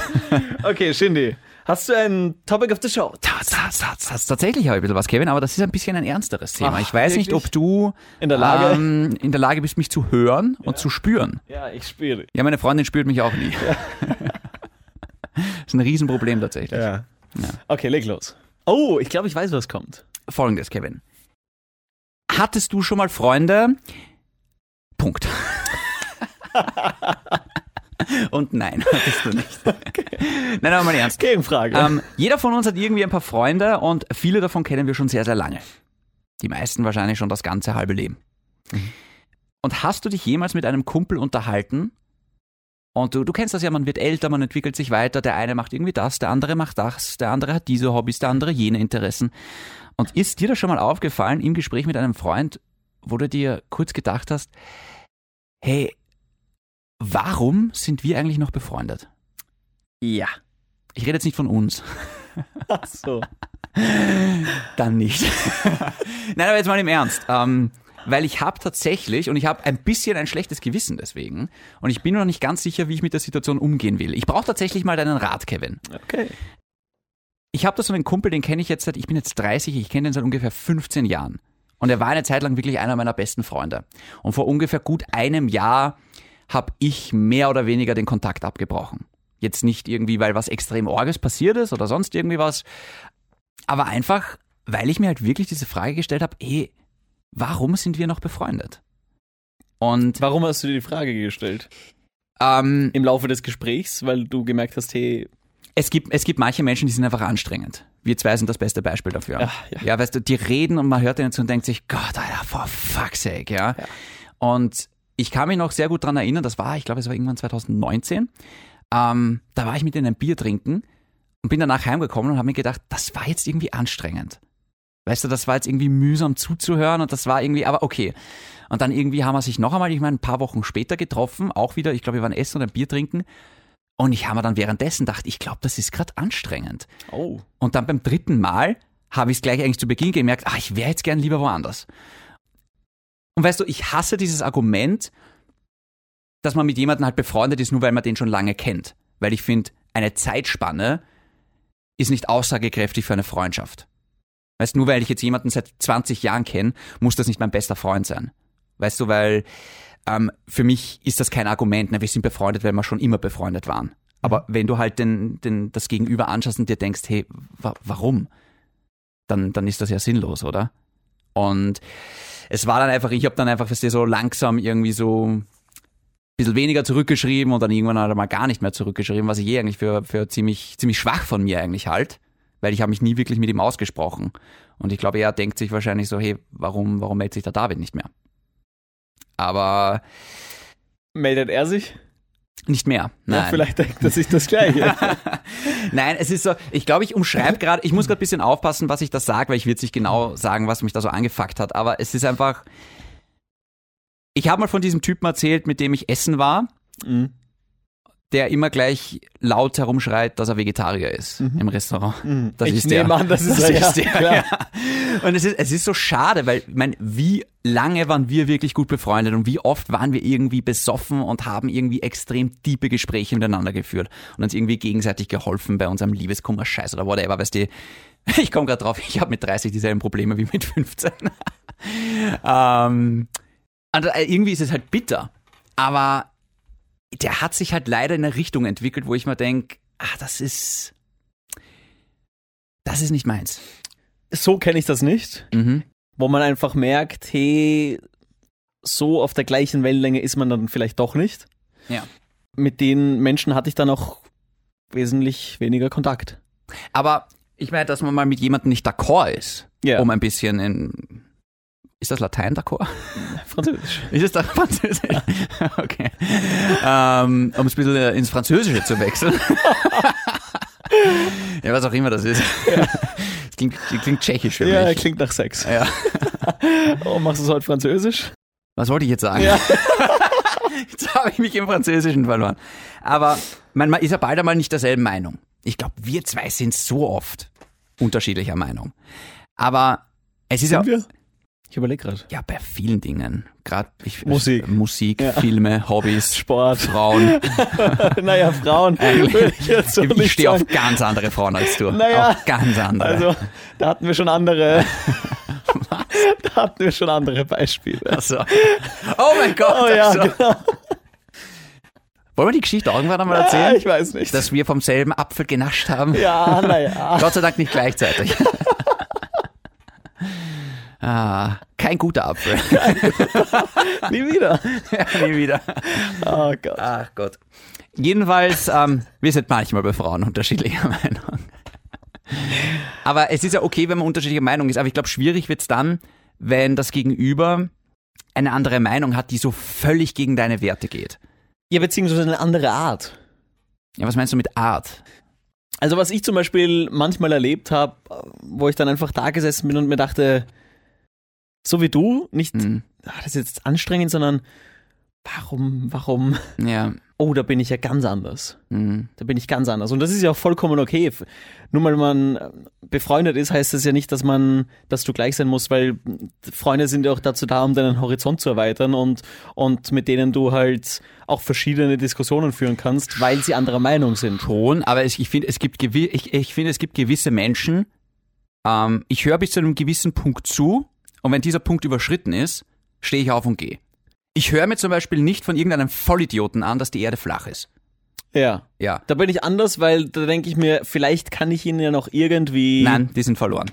[SPEAKER 2] Okay, Shindy, hast du ein Topic of the Show?
[SPEAKER 1] Tats, tats, tats, tats. Tatsächlich habe ich ein bisschen was, Kevin, aber das ist ein bisschen ein ernsteres Thema.
[SPEAKER 2] Ach,
[SPEAKER 1] ich weiß nicht,
[SPEAKER 2] wirklich?
[SPEAKER 1] ob du
[SPEAKER 2] In der Lage?
[SPEAKER 1] Ähm, in der Lage bist, mich zu hören und zu spüren.
[SPEAKER 2] Ja, ich spiele.
[SPEAKER 1] Ja, meine Freundin spürt mich auch nie. *laughs* ist ein Riesenproblem tatsächlich.
[SPEAKER 2] Ja. Okay, leg los. Oh, ich glaube, ich weiß, was kommt.
[SPEAKER 1] Folgendes, Kevin. Hattest du schon mal Freunde? Punkt. Und nein, hattest du nicht. Nein, aber mal ernst.
[SPEAKER 2] Gegenfrage.
[SPEAKER 1] Ähm, jeder von uns hat irgendwie ein paar Freunde und viele davon kennen wir schon sehr, sehr lange. Die meisten wahrscheinlich schon das ganze halbe Leben. Und hast du dich jemals mit einem Kumpel unterhalten? Und du, du kennst das ja, man wird älter, man entwickelt sich weiter, der eine macht irgendwie das, der andere macht das, der andere hat diese Hobbys, der andere jene Interessen. Und ist dir das schon mal aufgefallen im Gespräch mit einem Freund, wo du dir kurz gedacht hast, hey, warum sind wir eigentlich noch befreundet?
[SPEAKER 2] ja.
[SPEAKER 1] Ich rede jetzt nicht von uns.
[SPEAKER 2] Ach so.
[SPEAKER 1] Dann nicht. *laughs* Nein, aber jetzt mal im Ernst. Ähm, weil ich habe tatsächlich, und ich habe ein bisschen ein schlechtes Gewissen deswegen, und ich bin noch nicht ganz sicher, wie ich mit der Situation umgehen will. Ich brauche tatsächlich mal deinen Rat, Kevin.
[SPEAKER 2] Okay.
[SPEAKER 1] Ich habe da so einen Kumpel, den kenne ich jetzt seit, ich bin jetzt 30, ich kenne den seit ungefähr 15 Jahren. Und er war eine Zeit lang wirklich einer meiner besten Freunde. Und vor ungefähr gut einem Jahr habe ich mehr oder weniger den Kontakt abgebrochen. Jetzt nicht irgendwie, weil was extrem Orges passiert ist oder sonst irgendwie was, aber einfach, weil ich mir halt wirklich diese Frage gestellt habe, ey, warum sind wir noch befreundet? Und
[SPEAKER 2] Warum hast du dir die Frage gestellt?
[SPEAKER 1] ähm,
[SPEAKER 2] Im Laufe des Gesprächs, weil du gemerkt hast, hey,
[SPEAKER 1] es gibt, es gibt manche Menschen, die sind einfach anstrengend. Wir zwei sind das beste Beispiel dafür.
[SPEAKER 2] Ja, ja.
[SPEAKER 1] weißt du, die reden und man hört denen zu und denkt sich, Gott, Alter, for fuck's sake, ja. Und ich kann mich noch sehr gut dran erinnern, das war, ich glaube, es war irgendwann 2019, ähm, da war ich mit denen ein Bier trinken und bin danach heimgekommen und habe mir gedacht, das war jetzt irgendwie anstrengend. Weißt du, das war jetzt irgendwie mühsam zuzuhören und das war irgendwie, aber okay. Und dann irgendwie haben wir sich noch einmal, ich meine, ein paar Wochen später getroffen, auch wieder, ich glaube, wir waren essen und ein Bier trinken. Und ich habe mir dann währenddessen gedacht, ich glaube, das ist gerade anstrengend.
[SPEAKER 2] oh,
[SPEAKER 1] Und dann beim dritten Mal habe ich es gleich eigentlich zu Beginn gemerkt, ach, ich wäre jetzt gern lieber woanders. Und weißt du, ich hasse dieses Argument, dass man mit jemandem halt befreundet ist, nur weil man den schon lange kennt. Weil ich finde, eine Zeitspanne ist nicht aussagekräftig für eine Freundschaft. Weißt du, nur weil ich jetzt jemanden seit 20 Jahren kenne, muss das nicht mein bester Freund sein. Weißt du, weil ähm, für mich ist das kein Argument. Ne? Wir sind befreundet, weil wir schon immer befreundet waren. Aber wenn du halt den, den, das Gegenüber anschaust und dir denkst, hey, wa warum? Dann, dann ist das ja sinnlos, oder? Und es war dann einfach, ich habe dann einfach weißt du, so langsam irgendwie so ein bisschen weniger zurückgeschrieben und dann irgendwann halt mal gar nicht mehr zurückgeschrieben, was ich eh eigentlich für, für ziemlich, ziemlich schwach von mir eigentlich halt, weil ich habe mich nie wirklich mit ihm ausgesprochen. Und ich glaube, er denkt sich wahrscheinlich so, hey, warum, warum meldet sich der David nicht mehr? Aber
[SPEAKER 2] meldet er sich?
[SPEAKER 1] nicht mehr. Nein.
[SPEAKER 2] Ja, vielleicht denkt er sich das Gleiche.
[SPEAKER 1] Nein, es ist so, ich glaube, ich
[SPEAKER 2] *laughs*
[SPEAKER 1] umschreibe gerade, ich muss gerade ein bisschen aufpassen, was ich das sage, weil ich will jetzt nicht genau sagen, was mich da so angefuckt hat, aber es ist einfach, ich habe mal von diesem Typen erzählt, mit dem ich essen war,
[SPEAKER 2] Mhm.
[SPEAKER 1] der immer gleich laut herumschreit, dass er Vegetarier ist im Restaurant. Das
[SPEAKER 2] Mhm. ich
[SPEAKER 1] ist der.
[SPEAKER 2] nehme an, *laughs* das ist er, ja.
[SPEAKER 1] ist der,
[SPEAKER 2] Klar.
[SPEAKER 1] ja. Und es ist, es ist so schade, weil, ich meine, wie lange waren wir wirklich gut befreundet und wie oft waren wir irgendwie besoffen und haben irgendwie extrem tiefe Gespräche miteinander geführt und uns irgendwie gegenseitig geholfen bei unserem Liebeskummer, Scheiß oder whatever, weißt du. *laughs* Ich komme gerade drauf, ich habe mit 30 dieselben Probleme wie mit 15. *laughs* ähm, und äh, irgendwie ist es halt bitter, aber der hat sich halt leider in eine Richtung entwickelt, wo ich mir denke, ah, das ist, das ist nicht meins.
[SPEAKER 2] So kenne ich das nicht,
[SPEAKER 1] Mhm.
[SPEAKER 2] wo man einfach merkt, hey, so auf der gleichen Wellenlänge ist man dann vielleicht doch nicht.
[SPEAKER 1] Ja.
[SPEAKER 2] Mit den Menschen hatte ich dann auch wesentlich weniger Kontakt.
[SPEAKER 1] Aber ich meine, dass man mal mit jemandem nicht d'accord ist,
[SPEAKER 2] Ja.
[SPEAKER 1] um ein bisschen in. Ist das Latein d'accord? *laughs*
[SPEAKER 2] Französisch.
[SPEAKER 1] Ist es da Französisch? *laughs* Okay. Ähm, um es ein bisschen äh, ins Französische zu wechseln. *laughs* ja, was auch immer das ist. *laughs* Das klingt, das klingt tschechisch für
[SPEAKER 2] Ja,
[SPEAKER 1] mich.
[SPEAKER 2] klingt nach Sex.
[SPEAKER 1] Ja.
[SPEAKER 2] *laughs* Oh, machst du es heute Französisch?
[SPEAKER 1] Was wollte ich jetzt sagen?
[SPEAKER 2] Ja.
[SPEAKER 1] *laughs* jetzt habe ich mich im Französischen verloren. Aber man, man ist ja bald einmal nicht derselben Meinung. Ich glaube, wir zwei sind so oft unterschiedlicher Meinung. Aber es ist ja,
[SPEAKER 2] wir? Ich überlege gerade.
[SPEAKER 1] ja bei vielen Dingen. Gerade ich-
[SPEAKER 2] Musik.
[SPEAKER 1] Musik,
[SPEAKER 2] Ja.
[SPEAKER 1] Filme, Hobbys,
[SPEAKER 2] Sport.
[SPEAKER 1] Frauen.
[SPEAKER 2] *laughs* naja, Frauen. Will ich jetzt so
[SPEAKER 1] ich
[SPEAKER 2] nicht
[SPEAKER 1] stehe auf
[SPEAKER 2] sagen.
[SPEAKER 1] ganz andere Frauen als du.
[SPEAKER 2] Naja.
[SPEAKER 1] Auf ganz andere.
[SPEAKER 2] Also, da hatten wir schon andere. *laughs* da hatten wir schon andere
[SPEAKER 1] *laughs*
[SPEAKER 2] Beispiele.
[SPEAKER 1] Also. Oh mein Gott.
[SPEAKER 2] Oh ja,
[SPEAKER 1] also.
[SPEAKER 2] genau.
[SPEAKER 1] Wollen wir die Geschichte auch irgendwann einmal
[SPEAKER 2] Ah,
[SPEAKER 1] erzählen?
[SPEAKER 2] ich weiß nicht.
[SPEAKER 1] dass wir vom selben Apfel genascht haben?
[SPEAKER 2] ja, naja. *laughs*
[SPEAKER 1] Gott sei Dank nicht gleichzeitig. *laughs* ah, kein guter
[SPEAKER 2] *laughs*
[SPEAKER 1] Apfel. *laughs*
[SPEAKER 2] Nie wieder.
[SPEAKER 1] Nie wieder.
[SPEAKER 2] Oh Gott.
[SPEAKER 1] Ach Gott. Jedenfalls, ähm, wir sind manchmal bei Frauen unterschiedlicher *laughs* Meinung. Aber es ist ja okay, wenn man unterschiedlicher Meinung ist. Aber ich glaube, schwierig wird's dann, wenn das Gegenüber eine andere Meinung hat, die so völlig gegen deine Werte geht.
[SPEAKER 2] Ja, beziehungsweise eine andere Art.
[SPEAKER 1] Ja, was meinst du mit Art?
[SPEAKER 2] Also, was ich zum Beispiel manchmal erlebt habe, wo ich dann einfach da gesessen bin und mir dachte, so wie du, nicht,
[SPEAKER 1] Hm.
[SPEAKER 2] Mhm. ah, das ist jetzt anstrengend, sondern warum, warum?
[SPEAKER 1] Ja.
[SPEAKER 2] Oh, da bin ich ja ganz anders. Da bin ich ganz anders. Und das ist ja auch vollkommen okay. F- Nur weil man äh, befreundet ist, heißt das ja nicht, dass man, dass du gleich sein musst, weil Freunde sind ja auch dazu da, um deinen Horizont zu erweitern und, und mit denen du halt auch verschiedene Diskussionen führen kannst, weil sie anderer Meinung sind.
[SPEAKER 1] Ton, aber es, ich finde, es gibt gewi- ich, ich finde, es gibt gewisse Menschen, ähm, ich höre bis zu einem gewissen Punkt zu und wenn dieser Punkt überschritten ist, stehe ich auf und gehe. Ich höre mir zum Beispiel nicht von irgendeinem Vollidioten an, dass die Erde flach ist.
[SPEAKER 2] Ja.
[SPEAKER 1] Ja.
[SPEAKER 2] Da bin ich anders, weil da denke ich mir, vielleicht kann ich ihnen ja noch irgendwie.
[SPEAKER 1] Nein, die sind verloren.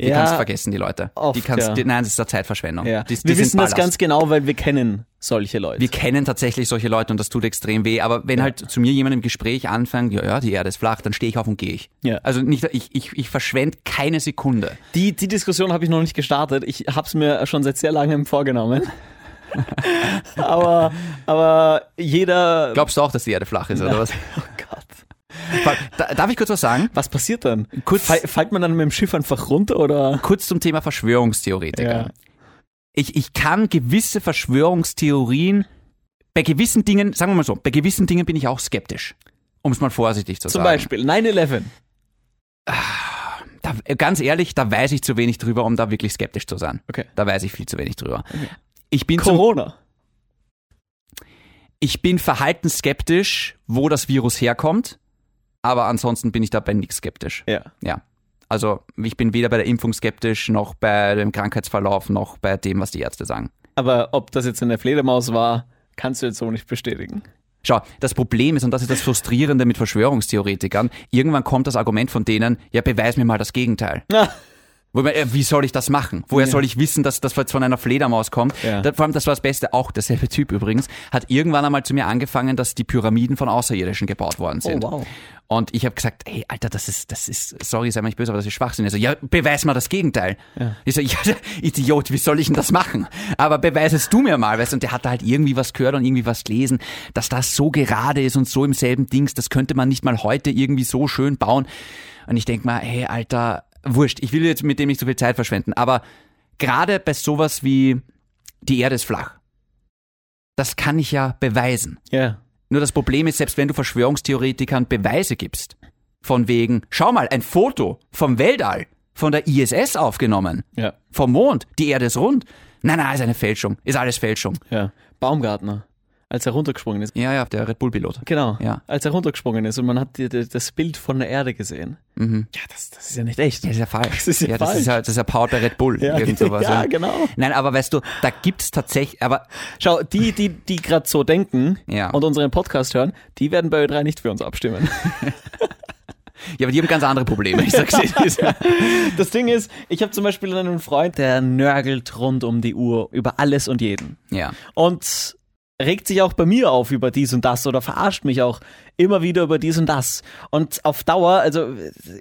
[SPEAKER 1] Die
[SPEAKER 2] Ja.
[SPEAKER 1] kannst vergessen, die Leute. die
[SPEAKER 2] Oft,
[SPEAKER 1] kannst,
[SPEAKER 2] ja.
[SPEAKER 1] die, nein, das ist eine Zeitverschwendung.
[SPEAKER 2] Ja.
[SPEAKER 1] Die, die
[SPEAKER 2] wir
[SPEAKER 1] sind
[SPEAKER 2] wissen das
[SPEAKER 1] Ballast.
[SPEAKER 2] ganz genau, weil wir kennen solche Leute.
[SPEAKER 1] Wir kennen tatsächlich solche Leute und das tut extrem weh, aber wenn halt zu mir jemand im Gespräch anfängt, ja, ja, die Erde ist flach, dann stehe ich auf und gehe ich.
[SPEAKER 2] Ja.
[SPEAKER 1] Also nicht, ich, ich, ich verschwende keine Sekunde.
[SPEAKER 2] Die, die Diskussion habe ich noch nicht gestartet. Ich habe es mir schon seit sehr langem vorgenommen. aber, aber jeder.
[SPEAKER 1] Glaubst du auch, dass die Erde flach ist, oder was?
[SPEAKER 2] Oh Gott.
[SPEAKER 1] Da- Darf ich kurz was sagen?
[SPEAKER 2] Was passiert dann?
[SPEAKER 1] Kurz-
[SPEAKER 2] Fall, fällt man dann mit dem Schiff einfach runter oder?
[SPEAKER 1] Kurz zum Thema Verschwörungstheoretiker.
[SPEAKER 2] Ja.
[SPEAKER 1] Ich, ich kann gewisse Verschwörungstheorien, bei gewissen Dingen, sagen wir mal so, bei gewissen Dingen bin ich auch skeptisch. Um es mal vorsichtig zu
[SPEAKER 2] Zum
[SPEAKER 1] sagen.
[SPEAKER 2] Beispiel 9-11.
[SPEAKER 1] da, ganz ehrlich, da weiß ich zu wenig drüber, um da wirklich skeptisch zu sein.
[SPEAKER 2] Okay.
[SPEAKER 1] Da weiß ich viel zu wenig drüber. Ich bin, zum,
[SPEAKER 2] Corona.
[SPEAKER 1] ich bin verhalten skeptisch, wo das Virus herkommt, aber ansonsten bin ich dabei nichts skeptisch.
[SPEAKER 2] Ja.
[SPEAKER 1] Ja. Also ich bin weder bei der Impfung skeptisch, noch bei dem Krankheitsverlauf, noch bei dem, was die Ärzte sagen.
[SPEAKER 2] Aber ob das jetzt eine Fledermaus war, kannst du jetzt so nicht bestätigen.
[SPEAKER 1] Schau, das Problem ist, und das ist das Frustrierende mit Verschwörungstheoretikern, irgendwann kommt das Argument von denen, ja, beweis mir mal das Gegenteil.
[SPEAKER 2] Na,
[SPEAKER 1] Wo man, äh, wie soll ich das machen? Woher soll ich wissen, dass das jetzt von einer Fledermaus kommt?
[SPEAKER 2] Ja.
[SPEAKER 1] Da, vor allem, das war das Beste, auch derselbe Typ übrigens, hat irgendwann einmal zu mir angefangen, dass die Pyramiden von Außerirdischen gebaut worden sind.
[SPEAKER 2] wow.
[SPEAKER 1] Und ich habe gesagt, hey, Alter, das ist, das ist, sorry, sei mal nicht böse, aber das ist Schwachsinn. Er so, ja, beweis mal das Gegenteil. Ich so, *laughs* ja, Idiot, wie soll ich denn das machen? Aber beweis es du mir mal, weißt du? Und der hat da halt irgendwie was gehört und irgendwie was gelesen, dass das so gerade ist und so im selben Dings, das könnte man nicht mal heute irgendwie so schön bauen. Und ich denk mal, hey, Alter, wurscht, ich will jetzt mit dem nicht so viel Zeit verschwenden, aber gerade bei sowas wie, die Erde ist flach. Das kann ich ja beweisen.
[SPEAKER 2] Ja.
[SPEAKER 1] Nur das Problem ist, selbst wenn du Verschwörungstheoretikern Beweise gibst, von wegen, schau mal, ein Foto vom Weltall, von der ISS aufgenommen,
[SPEAKER 2] Ja.
[SPEAKER 1] vom Mond, die Erde ist rund. Nein, nein, ist eine Fälschung, ist alles Fälschung.
[SPEAKER 2] Ja. Baumgartner, als er runtergesprungen ist.
[SPEAKER 1] Ja, ja, der Red Bull-Pilot.
[SPEAKER 2] Genau.
[SPEAKER 1] Ja.
[SPEAKER 2] Als er runtergesprungen ist und man hat die, die, das Bild von der Erde gesehen. Ja, das, das ist ja nicht echt.
[SPEAKER 1] Das ist ja falsch.
[SPEAKER 2] Das ist ja
[SPEAKER 1] das
[SPEAKER 2] falsch.
[SPEAKER 1] Ist ja, das ist ja Powered by Red Bull.
[SPEAKER 2] *laughs* Ja,
[SPEAKER 1] irgend sowas,
[SPEAKER 2] ja, genau.
[SPEAKER 1] Nein, aber weißt du, da gibt's tatsächlich, aber
[SPEAKER 2] Schau, die, die, die gerade so denken
[SPEAKER 1] Ja.
[SPEAKER 2] und unseren Podcast hören, die werden bei Ö3 nicht für uns abstimmen.
[SPEAKER 1] ja, aber die haben ganz andere Probleme. Ich sag's dir.
[SPEAKER 2] *laughs* Das Ding ist, ich habe zum Beispiel einen Freund, der nörgelt rund um die Uhr über alles und jeden.
[SPEAKER 1] Ja.
[SPEAKER 2] Und regt sich auch bei mir auf über dies und das oder verarscht mich auch immer wieder über dies und das. Und auf Dauer, also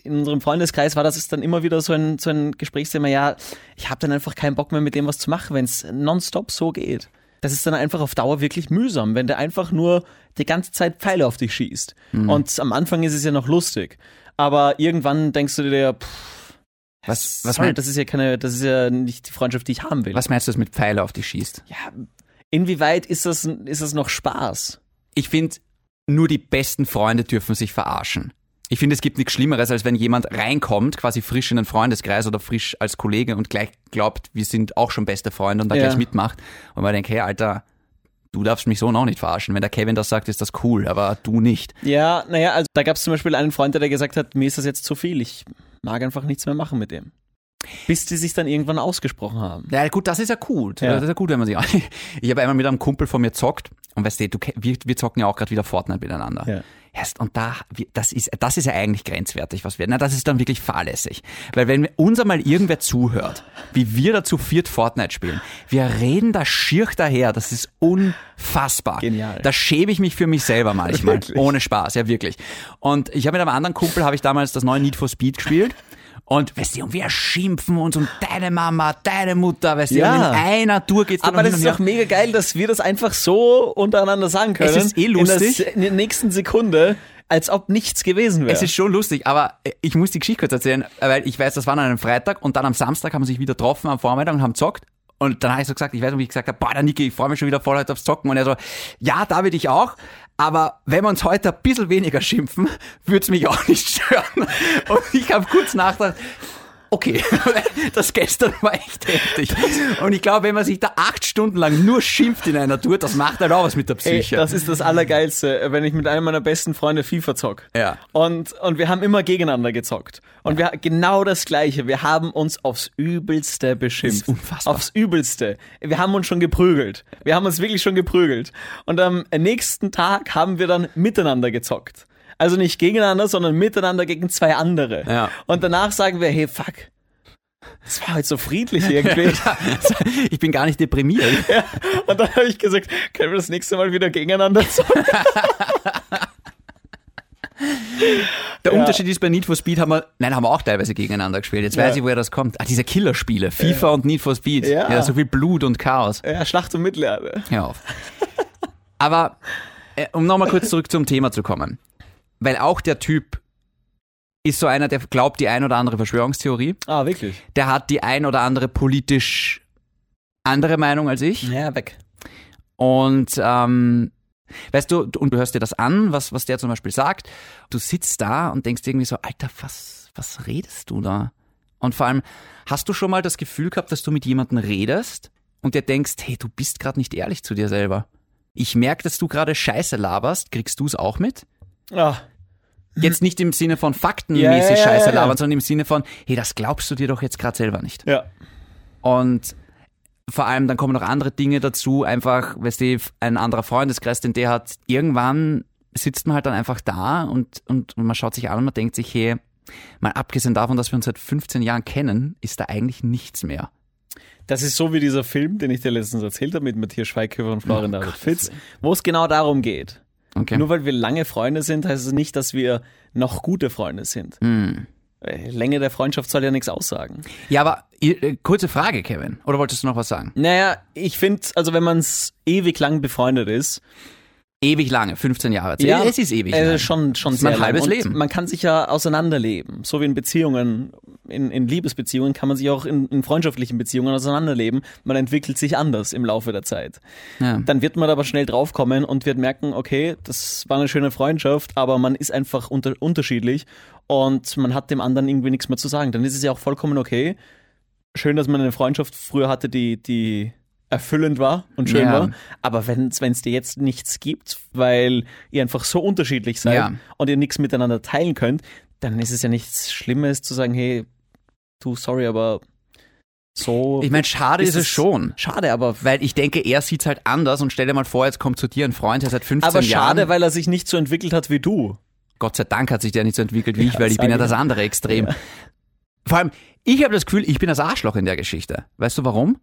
[SPEAKER 2] in unserem Freundeskreis war das ist dann immer wieder so ein, so ein Gesprächsthema, ja, ich habe dann einfach keinen Bock mehr mit dem was zu machen, wenn es nonstop so geht. Das ist dann einfach auf Dauer wirklich mühsam, wenn der einfach nur die ganze Zeit Pfeile auf dich schießt.
[SPEAKER 1] Mhm.
[SPEAKER 2] Und am Anfang ist es ja noch lustig. Aber irgendwann denkst du dir, pff,
[SPEAKER 1] Was, was,
[SPEAKER 2] sorry,
[SPEAKER 1] mein,
[SPEAKER 2] das ist ja keine, das ist ja nicht die Freundschaft, die ich haben will.
[SPEAKER 1] was meinst du, dass mit Pfeile auf dich schießt?
[SPEAKER 2] Ja, inwieweit ist das, ist das noch Spaß?
[SPEAKER 1] ich finde, nur die besten Freunde dürfen sich verarschen. Ich finde, es gibt nichts Schlimmeres, als wenn jemand reinkommt, quasi frisch in den Freundeskreis oder frisch als Kollege und gleich glaubt, wir sind auch schon beste Freunde und da
[SPEAKER 2] Ja.
[SPEAKER 1] gleich mitmacht. Und man denkt, hey, Alter, du darfst mich so noch nicht verarschen. Wenn der Kevin das sagt, ist das cool, aber du nicht.
[SPEAKER 2] Ja, naja, also da gab es zum Beispiel einen Freund, der gesagt hat, mir ist das jetzt zu viel, ich mag einfach nichts mehr machen mit dem. Bis die sich dann irgendwann ausgesprochen haben.
[SPEAKER 1] Ja, gut, das ist ja gut.
[SPEAKER 2] Ja.
[SPEAKER 1] Das ist ja gut, wenn man sich. *laughs* Ich habe einmal mit einem Kumpel von mir zockt und weißt du, du ke- wir, wir zocken ja auch gerade wieder Fortnite miteinander.
[SPEAKER 2] Ja.
[SPEAKER 1] Erst, und da, wir- das ist, das ist ja eigentlich grenzwertig, was wir. Na, das ist dann wirklich fahrlässig. Weil wenn uns einmal irgendwer zuhört, wie wir dazu viert Fortnite spielen, wir reden da schier daher, das ist unfassbar.
[SPEAKER 2] Genial.
[SPEAKER 1] Da schäme ich mich für mich selber manchmal.
[SPEAKER 2] *laughs* Wirklich?
[SPEAKER 1] Ohne Spaß, ja wirklich. Und ich habe mit einem anderen Kumpel, habe ich damals das neue Need for Speed gespielt. Und weißt du, und wir schimpfen uns und deine Mama, deine Mutter, weißt du,
[SPEAKER 2] Ja.
[SPEAKER 1] und in einer Tour geht's dann
[SPEAKER 2] Aber
[SPEAKER 1] um
[SPEAKER 2] das
[SPEAKER 1] hin und
[SPEAKER 2] ist doch
[SPEAKER 1] her.
[SPEAKER 2] mega geil, dass wir das einfach so untereinander sagen können.
[SPEAKER 1] ist eh
[SPEAKER 2] In
[SPEAKER 1] lustig.
[SPEAKER 2] der, se- in der nächsten Sekunde, als ob nichts gewesen wäre.
[SPEAKER 1] Es ist schon lustig, aber äh, ich muss die Geschichte kurz erzählen, weil ich weiß, das war an einem Freitag und dann am Samstag haben sie sich wieder getroffen am Vormittag und haben gezockt Und dann habe ich so gesagt, ich weiß nicht, wie ich gesagt habe, boah, der Niki, ich freue mich schon wieder voll heute aufs Zocken. Und er so, ja, David, ich auch. Aber wenn wir uns heute ein bisschen weniger schimpfen, *laughs* würde es mich auch nicht stören. *laughs* Und ich habe kurz nachgedacht, okay, *laughs* das gestern war echt heftig. Und ich glaube, wenn man sich da acht Stunden lang nur schimpft in einer Tour, das macht halt auch was mit der
[SPEAKER 2] Ey,
[SPEAKER 1] Psyche.
[SPEAKER 2] das ist das Allergeilste, wenn ich mit einem meiner besten Freunde FIFA zock.
[SPEAKER 1] Ja.
[SPEAKER 2] Und, und wir haben immer gegeneinander gezockt. Und wir genau das Gleiche. Wir haben uns aufs Übelste beschimpft.
[SPEAKER 1] Das ist unfassbar.
[SPEAKER 2] Aufs Übelste. Wir haben uns schon geprügelt. Wir haben uns wirklich schon geprügelt. Und am nächsten Tag haben wir dann miteinander gezockt. Also nicht gegeneinander, sondern miteinander gegen zwei andere.
[SPEAKER 1] Ja.
[SPEAKER 2] Und danach sagen wir, hey, fuck. Das war heute so friedlich irgendwie.
[SPEAKER 1] *laughs* ich bin gar nicht deprimiert.
[SPEAKER 2] Und dann habe ich gesagt, können wir das nächste Mal wieder gegeneinander zocken?
[SPEAKER 1] Der Unterschied ist bei Need for Speed haben wir, nein, haben wir auch teilweise gegeneinander gespielt. Jetzt weiß ich, woher das kommt. Ah, diese Killerspiele, FIFA und Need for Speed.
[SPEAKER 2] Ja.
[SPEAKER 1] so viel Blut und Chaos.
[SPEAKER 2] Ja, Schlacht um Mittelerde.
[SPEAKER 1] Hör auf. Aber äh, um nochmal kurz zurück zum Thema zu kommen. Weil auch der Typ ist so einer, der glaubt die ein oder andere Verschwörungstheorie.
[SPEAKER 2] Ah, wirklich?
[SPEAKER 1] Der hat die ein oder andere politisch andere Meinung als ich.
[SPEAKER 2] Ja, weg.
[SPEAKER 1] Und ähm, weißt du, und du hörst dir das an, was, was der zum Beispiel sagt. Du sitzt da und denkst irgendwie so, Alter, was, was redest du da? Und vor allem, hast du schon mal das Gefühl gehabt, dass du mit jemandem redest und dir denkst, hey, du bist gerade nicht ehrlich zu dir selber. Ich merke, dass du gerade Scheiße laberst, kriegst du es auch mit?
[SPEAKER 2] Ah,
[SPEAKER 1] Jetzt nicht im Sinne von faktenmäßig
[SPEAKER 2] *laughs* Ja, ja, ja,
[SPEAKER 1] Scheiße
[SPEAKER 2] ja.
[SPEAKER 1] labern, sondern im Sinne von, hey, das glaubst du dir doch jetzt gerade selber nicht.
[SPEAKER 2] ja.
[SPEAKER 1] Und vor allem dann kommen noch andere Dinge dazu, einfach, weißt du, ein anderer Freundeskreis, den der hat, irgendwann sitzt man halt dann einfach da und, und, und man schaut sich an und man denkt sich, hey, mal abgesehen davon, dass wir uns seit 15 Jahren kennen, ist da eigentlich nichts mehr.
[SPEAKER 2] Das ist so wie dieser Film, den ich dir letztens erzählt habe mit Matthias Schweighöfer und Florian David Fitz, wo es genau darum geht.
[SPEAKER 1] Okay.
[SPEAKER 2] Nur weil wir lange Freunde sind, heißt es nicht, dass wir noch gute Freunde sind. Äh, Länge der Freundschaft soll ja nichts aussagen.
[SPEAKER 1] ja, aber äh, kurze Frage, Kevin. Oder wolltest du noch was sagen?
[SPEAKER 2] Naja, ich finde, also wenn man ewig lang befreundet ist,
[SPEAKER 1] Ewig lange, 15 Jahre. es ist ewig.
[SPEAKER 2] äh,
[SPEAKER 1] lang.
[SPEAKER 2] schon, schon
[SPEAKER 1] ist mein
[SPEAKER 2] sehr lang.
[SPEAKER 1] halbes
[SPEAKER 2] Und
[SPEAKER 1] Leben.
[SPEAKER 2] Man kann sich ja auseinanderleben. So wie in Beziehungen, in, in Liebesbeziehungen kann man sich auch in, in freundschaftlichen Beziehungen auseinanderleben. Man entwickelt sich anders im Laufe der Zeit.
[SPEAKER 1] Ja.
[SPEAKER 2] Dann wird man aber schnell draufkommen und wird merken, okay, das war eine schöne Freundschaft, aber man ist einfach unter, unterschiedlich und man hat dem anderen irgendwie nichts mehr zu sagen. Dann ist es ja auch vollkommen okay. Schön, dass man eine Freundschaft früher hatte, die, die erfüllend war und schön
[SPEAKER 1] Ja.
[SPEAKER 2] war. Aber wenn es dir jetzt nichts gibt, weil ihr einfach so unterschiedlich seid
[SPEAKER 1] Ja.
[SPEAKER 2] und ihr nichts miteinander teilen könnt, dann ist es ja nichts Schlimmes zu sagen, hey, du, sorry, aber so.
[SPEAKER 1] Ich meine, schade ist, es schon.
[SPEAKER 2] Schade, aber.
[SPEAKER 1] Weil ich denke, er sieht's halt anders und stell dir mal vor, jetzt kommt zu dir ein Freund, der seit 15
[SPEAKER 2] Aber
[SPEAKER 1] Jahren
[SPEAKER 2] schade, weil er sich nicht so entwickelt hat wie du.
[SPEAKER 1] Gott sei Dank hat sich der nicht so entwickelt wie ich, weil ich bin ja
[SPEAKER 2] sag ich.
[SPEAKER 1] das andere Extrem. Vor allem, ich habe das Gefühl, ich bin das Arschloch in der Geschichte. Weißt du warum?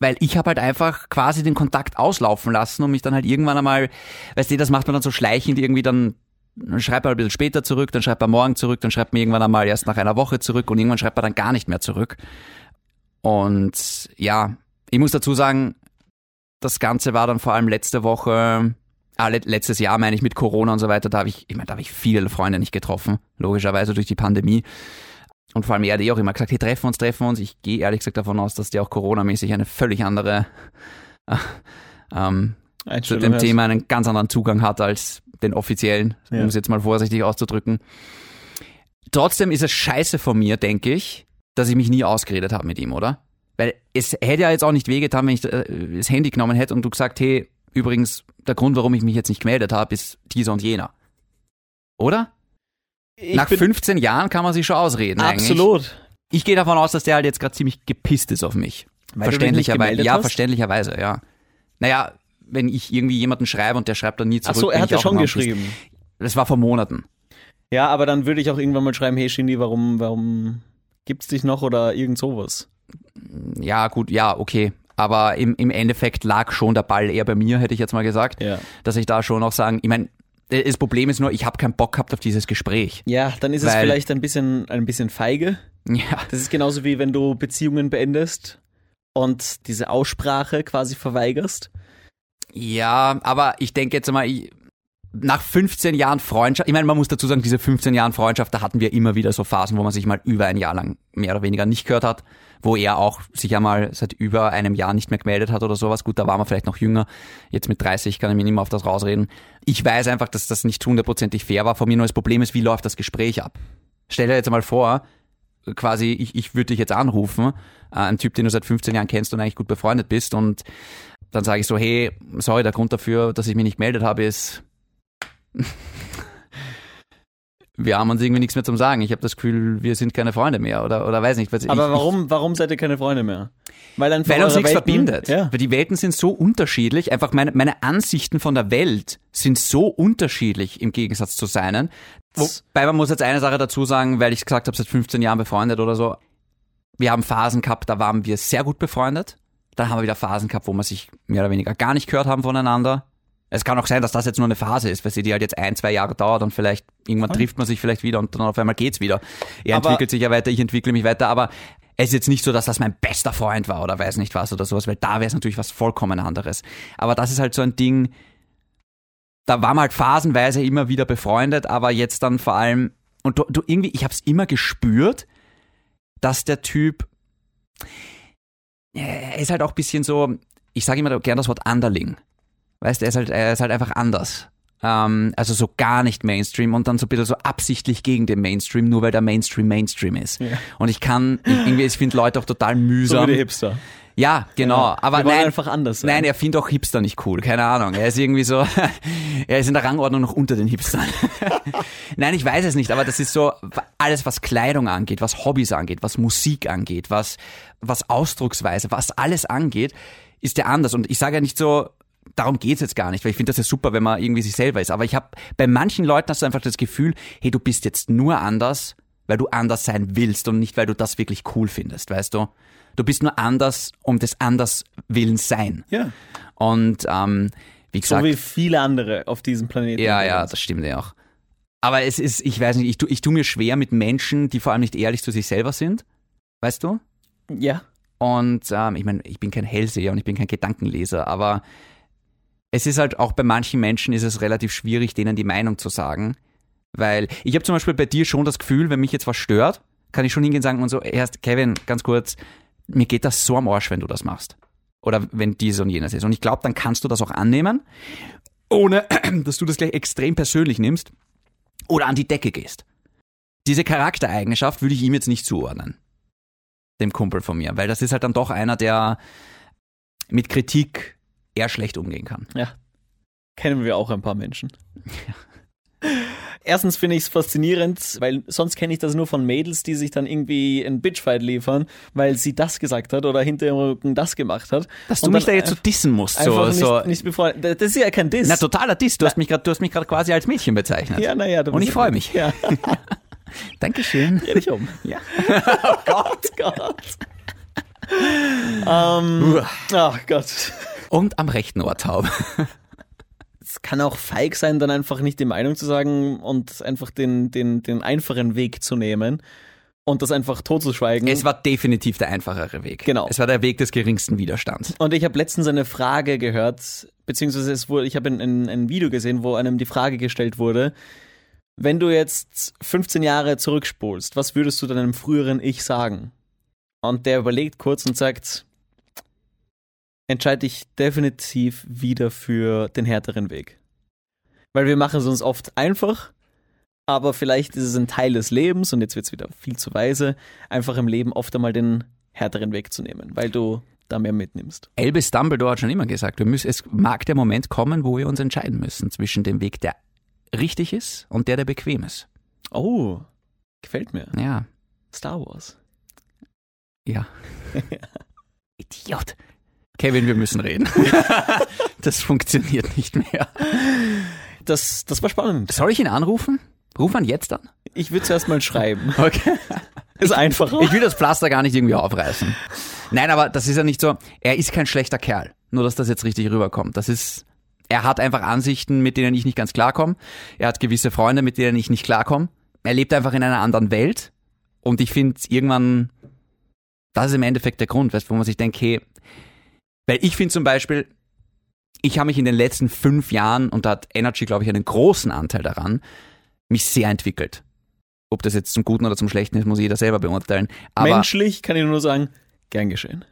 [SPEAKER 1] Weil ich habe halt einfach quasi den Kontakt auslaufen lassen und mich dann halt irgendwann einmal, weißt du, das macht man dann so schleichend irgendwie dann, dann schreibt man halt ein bisschen später zurück, dann schreibt man morgen zurück, dann schreibt man irgendwann einmal erst nach einer Woche zurück und irgendwann schreibt man dann gar nicht mehr zurück. Und ja, ich muss dazu sagen, das Ganze war dann vor allem letzte Woche, ah, let, letztes Jahr meine ich mit Corona und so weiter, da habe ich, ich meine, da habe ich viele Freunde nicht getroffen, logischerweise durch die Pandemie. Und vor allem er hat eh auch immer gesagt, hey, treffen wir uns, treffen wir uns. Ich gehe ehrlich gesagt davon aus, dass der auch Corona-mäßig eine völlig andere, *laughs* äh, ähm, zu dem
[SPEAKER 2] Einstellung hast.
[SPEAKER 1] Thema einen ganz anderen Zugang hat als den offiziellen,
[SPEAKER 2] Ja.
[SPEAKER 1] um es jetzt mal vorsichtig auszudrücken. Trotzdem ist es scheiße von mir, denke ich, dass ich mich nie ausgeredet habe mit ihm, oder? Weil es hätte ja jetzt auch nicht wehgetan, wenn ich äh, das Handy genommen hätte und du gesagt, hey, übrigens, der Grund, warum ich mich jetzt nicht gemeldet habe, ist dieser und jener. Oder?
[SPEAKER 2] Ich
[SPEAKER 1] Nach
[SPEAKER 2] bin-
[SPEAKER 1] 15 Jahren kann man sich schon ausreden. Eigentlich.
[SPEAKER 2] Absolut.
[SPEAKER 1] Ich gehe davon aus, dass der halt jetzt gerade ziemlich gepisst ist auf mich.
[SPEAKER 2] du dich nicht
[SPEAKER 1] verständlicherweise.
[SPEAKER 2] gemeldet
[SPEAKER 1] Ja,
[SPEAKER 2] hast?
[SPEAKER 1] verständlicherweise, ja. Naja, wenn ich irgendwie jemanden schreibe und der schreibt dann nie zurück.
[SPEAKER 2] Achso,
[SPEAKER 1] bin
[SPEAKER 2] er hat
[SPEAKER 1] ich
[SPEAKER 2] ja
[SPEAKER 1] auch
[SPEAKER 2] schon
[SPEAKER 1] immer am Piss.
[SPEAKER 2] geschrieben.
[SPEAKER 1] Das war vor Monaten.
[SPEAKER 2] Ja, aber dann würde ich auch irgendwann mal schreiben, hey Shindy, warum, warum gibt's dich noch oder irgend sowas?
[SPEAKER 1] Ja, gut, ja, okay. Aber im, im Endeffekt lag schon der Ball eher bei mir, hätte ich jetzt mal gesagt.
[SPEAKER 2] Ja.
[SPEAKER 1] Dass ich da schon auch sagen, ich meine, das Problem ist nur, ich habe keinen Bock gehabt auf dieses Gespräch. *laughs*
[SPEAKER 2] Ja, dann ist es
[SPEAKER 1] Weil-
[SPEAKER 2] vielleicht ein bisschen, ein bisschen feige.
[SPEAKER 1] Ja.
[SPEAKER 2] Das ist genauso wie wenn du Beziehungen beendest und diese Aussprache quasi verweigerst.
[SPEAKER 1] Ja, aber ich denke jetzt mal, ich, nach 15 Jahren Freundschaft, ich meine, man muss dazu sagen, diese 15 Jahren Freundschaft, da hatten wir immer wieder so Phasen, wo man sich mal über ein Jahr lang mehr oder weniger nicht gehört hat, wo er auch sich ja mal seit über einem Jahr nicht mehr gemeldet hat oder sowas. Gut, da war man vielleicht noch jünger. Jetzt mit 30 kann ich mir nicht mehr auf das rausreden. Ich weiß einfach, dass das nicht hundertprozentig fair war. Von mir nur das Problem ist, wie läuft das Gespräch ab? Stell dir jetzt mal vor, quasi, ich, ich würde dich jetzt anrufen, äh, ein Typ, den du seit 15 Jahren kennst und eigentlich gut befreundet bist und dann sage ich so, hey, sorry, der Grund dafür, dass ich mich nicht gemeldet habe, ist, *laughs* wir haben uns irgendwie nichts mehr zum Sagen. Ich habe das Gefühl, wir sind keine Freunde mehr oder, oder weiß nicht. Was
[SPEAKER 2] Aber
[SPEAKER 1] ich,
[SPEAKER 2] warum, warum seid ihr keine Freunde mehr? Weil dann
[SPEAKER 1] weil uns nichts
[SPEAKER 2] Welten-
[SPEAKER 1] verbindet.
[SPEAKER 2] Ja.
[SPEAKER 1] Weil die Welten sind so unterschiedlich. Einfach meine, meine Ansichten von der Welt sind so unterschiedlich im Gegensatz zu seinen. Wobei man muss jetzt eine Sache dazu sagen, weil ich gesagt habe, seit 15 Jahren befreundet oder so. Wir haben Phasen gehabt, da waren wir sehr gut befreundet. Dann haben wir wieder Phasen gehabt, wo wir sich mehr oder weniger gar nicht gehört haben voneinander. Es kann auch sein, dass das jetzt nur eine Phase ist, weil sie die halt jetzt ein, zwei Jahre dauert und vielleicht irgendwann trifft man sich vielleicht wieder und dann auf einmal geht's wieder. Er
[SPEAKER 2] Aber-
[SPEAKER 1] entwickelt sich ja weiter, ich entwickle mich weiter, aber es ist jetzt nicht so, dass das mein bester Freund war oder weiß nicht was oder sowas, weil da wäre es natürlich was vollkommen anderes. Aber das ist halt so ein Ding, da waren wir halt phasenweise immer wieder befreundet, aber jetzt dann vor allem, und du, du irgendwie, ich habe es immer gespürt, dass der Typ äh, er ist halt auch ein bisschen so, ich sage immer gern das Wort Underling. Weißt du, er ist halt, er ist halt einfach anders. Ähm, also so gar nicht Mainstream und dann so ein bisschen so absichtlich gegen den Mainstream, nur weil der Mainstream Mainstream ist. Und ich kann, ich, irgendwie, ich finde Leute auch total
[SPEAKER 2] So wie
[SPEAKER 1] mühsam.
[SPEAKER 2] die Hipster.
[SPEAKER 1] ja, genau. Aber
[SPEAKER 2] Wir wollen
[SPEAKER 1] nein,
[SPEAKER 2] einfach anders sein.
[SPEAKER 1] Nein, er findet auch Hipster nicht cool. Keine Ahnung. Er ist irgendwie so, *laughs* er ist in der Rangordnung noch unter den Hipstern. Nein, ich weiß es nicht, aber das ist so, alles was Kleidung angeht, was Hobbys angeht, was Musik angeht, was, was Ausdrucksweise, was alles angeht, ist der anders. Und ich sage ja nicht so, darum geht's jetzt gar nicht, weil ich finde das ja super, wenn man irgendwie sich selber ist. Aber ich habe, bei manchen Leuten hast du einfach das Gefühl, hey, du bist jetzt nur anders, weil du anders sein willst und nicht, weil du das wirklich cool findest, weißt du? Du bist nur anders um des Anderswillens sein.
[SPEAKER 2] Ja.
[SPEAKER 1] Und ähm, wie
[SPEAKER 2] So
[SPEAKER 1] gesagt,
[SPEAKER 2] wie viele andere auf diesem Planeten.
[SPEAKER 1] ja, ja, das stimmt ja auch. Aber es ist, ich weiß nicht, ich tu, ich tu mir schwer mit Menschen, die vor allem nicht ehrlich zu sich selber sind, weißt du?
[SPEAKER 2] Ja.
[SPEAKER 1] Und ähm, ich meine, ich bin kein Hellseher und ich bin kein Gedankenleser, aber es ist halt auch bei manchen Menschen ist es relativ schwierig, denen die Meinung zu sagen. Weil ich habe zum Beispiel bei dir schon das Gefühl, wenn mich jetzt was stört, kann ich schon hingehen und sagen und so, erst Kevin, ganz kurz, mir geht das so am Arsch, wenn du das machst. Oder wenn dies und jenes ist. Und ich glaube, dann kannst du das auch annehmen, ohne *clears throat* dass du das gleich extrem persönlich nimmst oder an die Decke gehst. Diese Charaktereigenschaft würde ich ihm jetzt nicht zuordnen dem Kumpel von mir, weil das ist halt dann doch einer, der mit Kritik eher schlecht umgehen kann.
[SPEAKER 2] Kennen wir auch ein paar Menschen. Erstens finde ich es faszinierend, weil sonst kenne ich das nur von Mädels, die sich dann irgendwie einen Bitchfight liefern, weil sie das gesagt hat oder hinter ihrem Rücken das gemacht hat.
[SPEAKER 1] Dass
[SPEAKER 2] Und
[SPEAKER 1] du mich da
[SPEAKER 2] dann
[SPEAKER 1] jetzt so dissen musst, so,
[SPEAKER 2] einfach
[SPEAKER 1] so.
[SPEAKER 2] Nicht, nicht befreundet. Das ist ja kein Diss.
[SPEAKER 1] na, totaler Diss. Du hast mich grad- du hast mich gerade quasi als Mädchen bezeichnet.
[SPEAKER 2] ja, naja.
[SPEAKER 1] Und ich freue mich.
[SPEAKER 2] *laughs* Ja,
[SPEAKER 1] Dankeschön.
[SPEAKER 2] dreh dich um. Ja. *laughs* oh Gott, Gott. Ähm, ach Gott.
[SPEAKER 1] Und am rechten Ohr taub.
[SPEAKER 2] Mhm. es kann auch feig sein, dann einfach nicht die Meinung zu sagen und einfach den, den, den einfachen Weg zu nehmen und das einfach totzuschweigen.
[SPEAKER 1] Es war definitiv der einfachere Weg.
[SPEAKER 2] Genau.
[SPEAKER 1] Es war der Weg des geringsten Widerstands.
[SPEAKER 2] und ich habe letztens eine Frage gehört, beziehungsweise es wurde, ich habe ein, ein, ein Video gesehen, wo einem die Frage gestellt wurde, wenn du jetzt 15 Jahre zurückspulst, was würdest du deinem früheren Ich sagen? Und der überlegt kurz und sagt, entscheide ich definitiv wieder für den härteren Weg. Weil wir machen es uns oft einfach, aber vielleicht ist es ein Teil des Lebens, und jetzt wird es wieder viel zu weise, einfach im Leben oft einmal den härteren Weg zu nehmen, weil du da mehr mitnimmst.
[SPEAKER 1] Elvis Dumbledore hat schon immer gesagt, wir müssen, es mag der Moment kommen, wo wir uns entscheiden müssen zwischen dem Weg, der richtig ist und der, der bequem ist.
[SPEAKER 2] Oh, gefällt mir.
[SPEAKER 1] Ja,
[SPEAKER 2] Star Wars.
[SPEAKER 1] ja. *laughs* Idiot. Kevin, wir müssen *laughs* reden. das funktioniert nicht mehr.
[SPEAKER 2] Das, das war spannend.
[SPEAKER 1] Soll ich ihn anrufen? Ruf man jetzt an?
[SPEAKER 2] Ich würde zuerst
[SPEAKER 1] *laughs*
[SPEAKER 2] mal schreiben.
[SPEAKER 1] Okay.
[SPEAKER 2] Ist *laughs* einfacher.
[SPEAKER 1] Ich will das Pflaster gar nicht irgendwie aufreißen. Nein, aber das ist ja nicht so. Er ist kein schlechter Kerl. Nur, dass das jetzt richtig rüberkommt. Das ist. Er hat einfach Ansichten, mit denen ich nicht ganz klarkomme. Er hat gewisse Freunde, mit denen ich nicht klarkomme. Er lebt einfach in einer anderen Welt. Und ich finde irgendwann, das ist im Endeffekt der Grund, weißt, wo man sich denkt, hey, weil ich finde zum Beispiel, ich habe mich in den letzten fünf Jahren, und da hat Energy, glaube ich, einen großen Anteil daran, mich sehr entwickelt. Ob das jetzt zum Guten oder zum Schlechten ist, muss jeder selber beurteilen. Aber
[SPEAKER 2] Menschlich kann ich nur sagen, gern geschehen.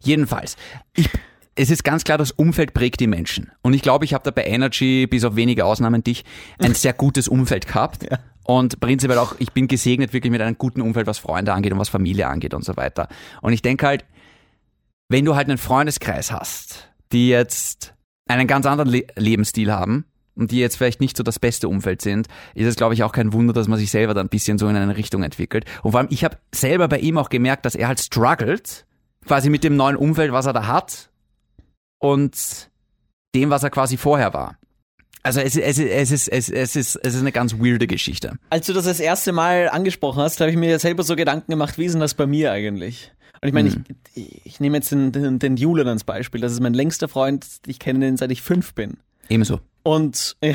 [SPEAKER 1] jedenfalls, ich, es ist ganz klar, das Umfeld prägt die Menschen. Und ich glaube, ich habe da bei Energy, bis auf wenige Ausnahmen dich, ein sehr gutes Umfeld gehabt.
[SPEAKER 2] Ja.
[SPEAKER 1] Und prinzipiell auch, ich bin gesegnet wirklich mit einem guten Umfeld, was Freunde angeht und was Familie angeht und so weiter. Und ich denke halt, wenn du halt einen Freundeskreis hast, die jetzt einen ganz anderen Le Lebensstil haben und die jetzt vielleicht nicht so das beste Umfeld sind, ist es, glaube ich, auch kein Wunder, dass man sich selber dann ein bisschen so in eine Richtung entwickelt. Und vor allem, ich habe selber bei ihm auch gemerkt, dass er halt struggelt, quasi mit dem neuen Umfeld, was er da hat und dem, was er quasi vorher war. Also es, es, es, ist, es, es, ist, es ist eine ganz weirde Geschichte.
[SPEAKER 2] Als du das das erste Mal angesprochen hast, habe ich mir ja selber so Gedanken gemacht, wie ist denn das bei mir eigentlich? Und ich meine,
[SPEAKER 1] Mhm.
[SPEAKER 2] ich, ich nehme jetzt den, den, den Julian als Beispiel. Das ist mein längster Freund. Ich kenne den, seit ich fünf bin.
[SPEAKER 1] Ebenso.
[SPEAKER 2] Und ja,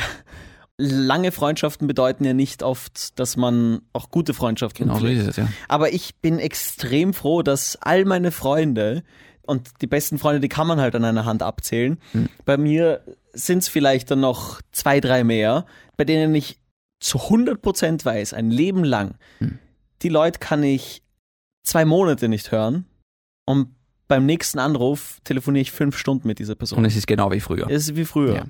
[SPEAKER 2] lange Freundschaften bedeuten ja nicht oft, dass man auch gute Freundschaften
[SPEAKER 1] Genau so
[SPEAKER 2] pflegt.
[SPEAKER 1] ist es, ja.
[SPEAKER 2] Aber ich bin extrem froh, dass all meine Freunde und die besten Freunde, die kann man halt an einer Hand abzählen. Bei mir sind es vielleicht dann noch zwei, drei mehr, bei denen ich zu 100% weiß, ein Leben lang, die Leute kann ich zwei Monate nicht hören und beim nächsten Anruf telefoniere ich fünf Stunden mit dieser Person.
[SPEAKER 1] Und es ist genau wie früher.
[SPEAKER 2] Es ist wie früher.
[SPEAKER 1] Ja.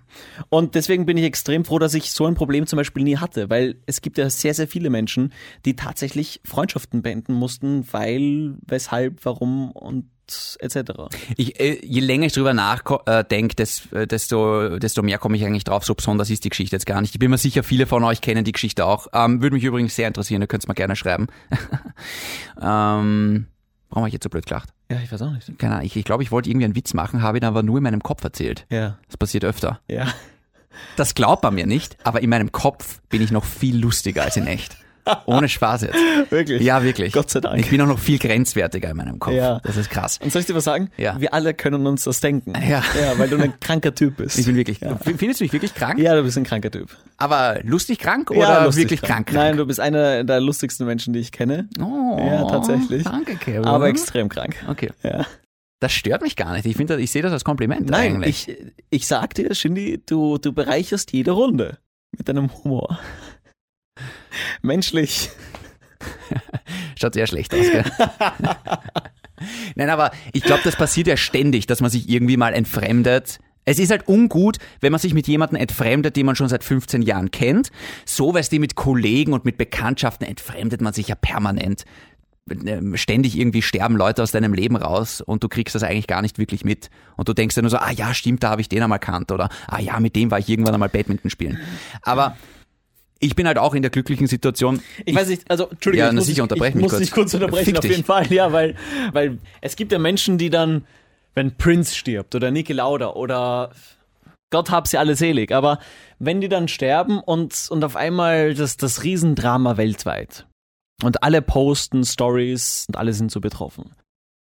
[SPEAKER 2] Und deswegen bin ich extrem froh, dass ich so ein Problem zum Beispiel nie hatte, weil es gibt ja sehr, sehr viele Menschen, die tatsächlich Freundschaften beenden mussten, weil, weshalb, warum und etc.
[SPEAKER 1] Ich, äh, je länger ich drüber nachdenke, des, äh, desto, desto mehr komme ich eigentlich drauf. So besonders ist die Geschichte jetzt gar nicht. Ich bin mir sicher, viele von euch kennen die Geschichte auch. Ähm, Würde mich übrigens sehr interessieren, ihr könnt's mal gerne schreiben. *laughs* ähm, warum habe ich jetzt so blöd gelacht?
[SPEAKER 2] Ja, ich weiß auch nicht.
[SPEAKER 1] Keine Ahnung, ich, ich glaube, ich wollte irgendwie einen Witz machen, habe ihn aber nur in meinem Kopf erzählt.
[SPEAKER 2] Ja.
[SPEAKER 1] Das passiert öfter.
[SPEAKER 2] Ja.
[SPEAKER 1] Das glaubt man mir nicht, aber in meinem Kopf bin ich noch viel lustiger als in echt. Ohne Spaß jetzt.
[SPEAKER 2] Wirklich?
[SPEAKER 1] Ja, *laughs* wirklich.
[SPEAKER 2] Gott sei Dank.
[SPEAKER 1] Ich bin auch noch viel grenzwertiger in meinem Kopf.
[SPEAKER 2] Ja.
[SPEAKER 1] Das ist krass.
[SPEAKER 2] Und soll ich dir was sagen?
[SPEAKER 1] Ja.
[SPEAKER 2] Wir alle können uns das denken.
[SPEAKER 1] Ja.
[SPEAKER 2] Ja, weil du
[SPEAKER 1] *laughs*
[SPEAKER 2] ein kranker Typ bist.
[SPEAKER 1] Ich bin wirklich. Findest du mich wirklich krank?
[SPEAKER 2] ja, du bist ein kranker Typ.
[SPEAKER 1] Aber lustig krank oder
[SPEAKER 2] ja, lustig
[SPEAKER 1] wirklich krank?
[SPEAKER 2] Nein,
[SPEAKER 1] krank?
[SPEAKER 2] du bist einer der lustigsten Menschen, die ich kenne.
[SPEAKER 1] oh,
[SPEAKER 2] ja, tatsächlich.
[SPEAKER 1] Danke, Kevin.
[SPEAKER 2] Aber extrem krank.
[SPEAKER 1] okay.
[SPEAKER 2] Ja.
[SPEAKER 1] Das stört mich gar nicht. Ich finde, das- ich sehe das als Kompliment
[SPEAKER 2] Nein,
[SPEAKER 1] eigentlich.
[SPEAKER 2] ich, ich sag dir, Shindy, du, du bereicherst jede Runde mit deinem Humor. *laughs* Menschlich.
[SPEAKER 1] Schaut sehr schlecht aus, gell? *laughs* Nein, aber ich glaube, das passiert ja ständig, dass man sich irgendwie mal entfremdet. Es ist halt ungut, wenn man sich mit jemandem entfremdet, den man schon seit 15 Jahren kennt. So, weißt du, mit Kollegen und mit Bekanntschaften entfremdet man sich ja permanent. Ähm, Ständig irgendwie sterben Leute aus deinem Leben raus und du kriegst das eigentlich gar nicht wirklich mit. Und du denkst dann nur so, ah ja, stimmt, da habe ich den einmal kannt oder ah ja, mit dem war ich irgendwann einmal Badminton spielen. Aber ich bin halt auch in der glücklichen Situation.
[SPEAKER 2] Ich weiß nicht, also, Entschuldigung,
[SPEAKER 1] Ja,
[SPEAKER 2] ich
[SPEAKER 1] na
[SPEAKER 2] muss,
[SPEAKER 1] sicher,
[SPEAKER 2] dich-
[SPEAKER 1] unterbrech
[SPEAKER 2] ich
[SPEAKER 1] mich
[SPEAKER 2] muss
[SPEAKER 1] kurz.
[SPEAKER 2] dich kurz unterbrechen,
[SPEAKER 1] Fick
[SPEAKER 2] auf
[SPEAKER 1] dich.
[SPEAKER 2] jeden Fall, ja, weil, weil es gibt ja Menschen, die dann, wenn Prince stirbt oder Niki Lauda oder Gott hab sie alle selig, aber wenn die dann sterben und, und auf einmal das, das Riesendrama weltweit und alle posten Stories und alle sind so betroffen.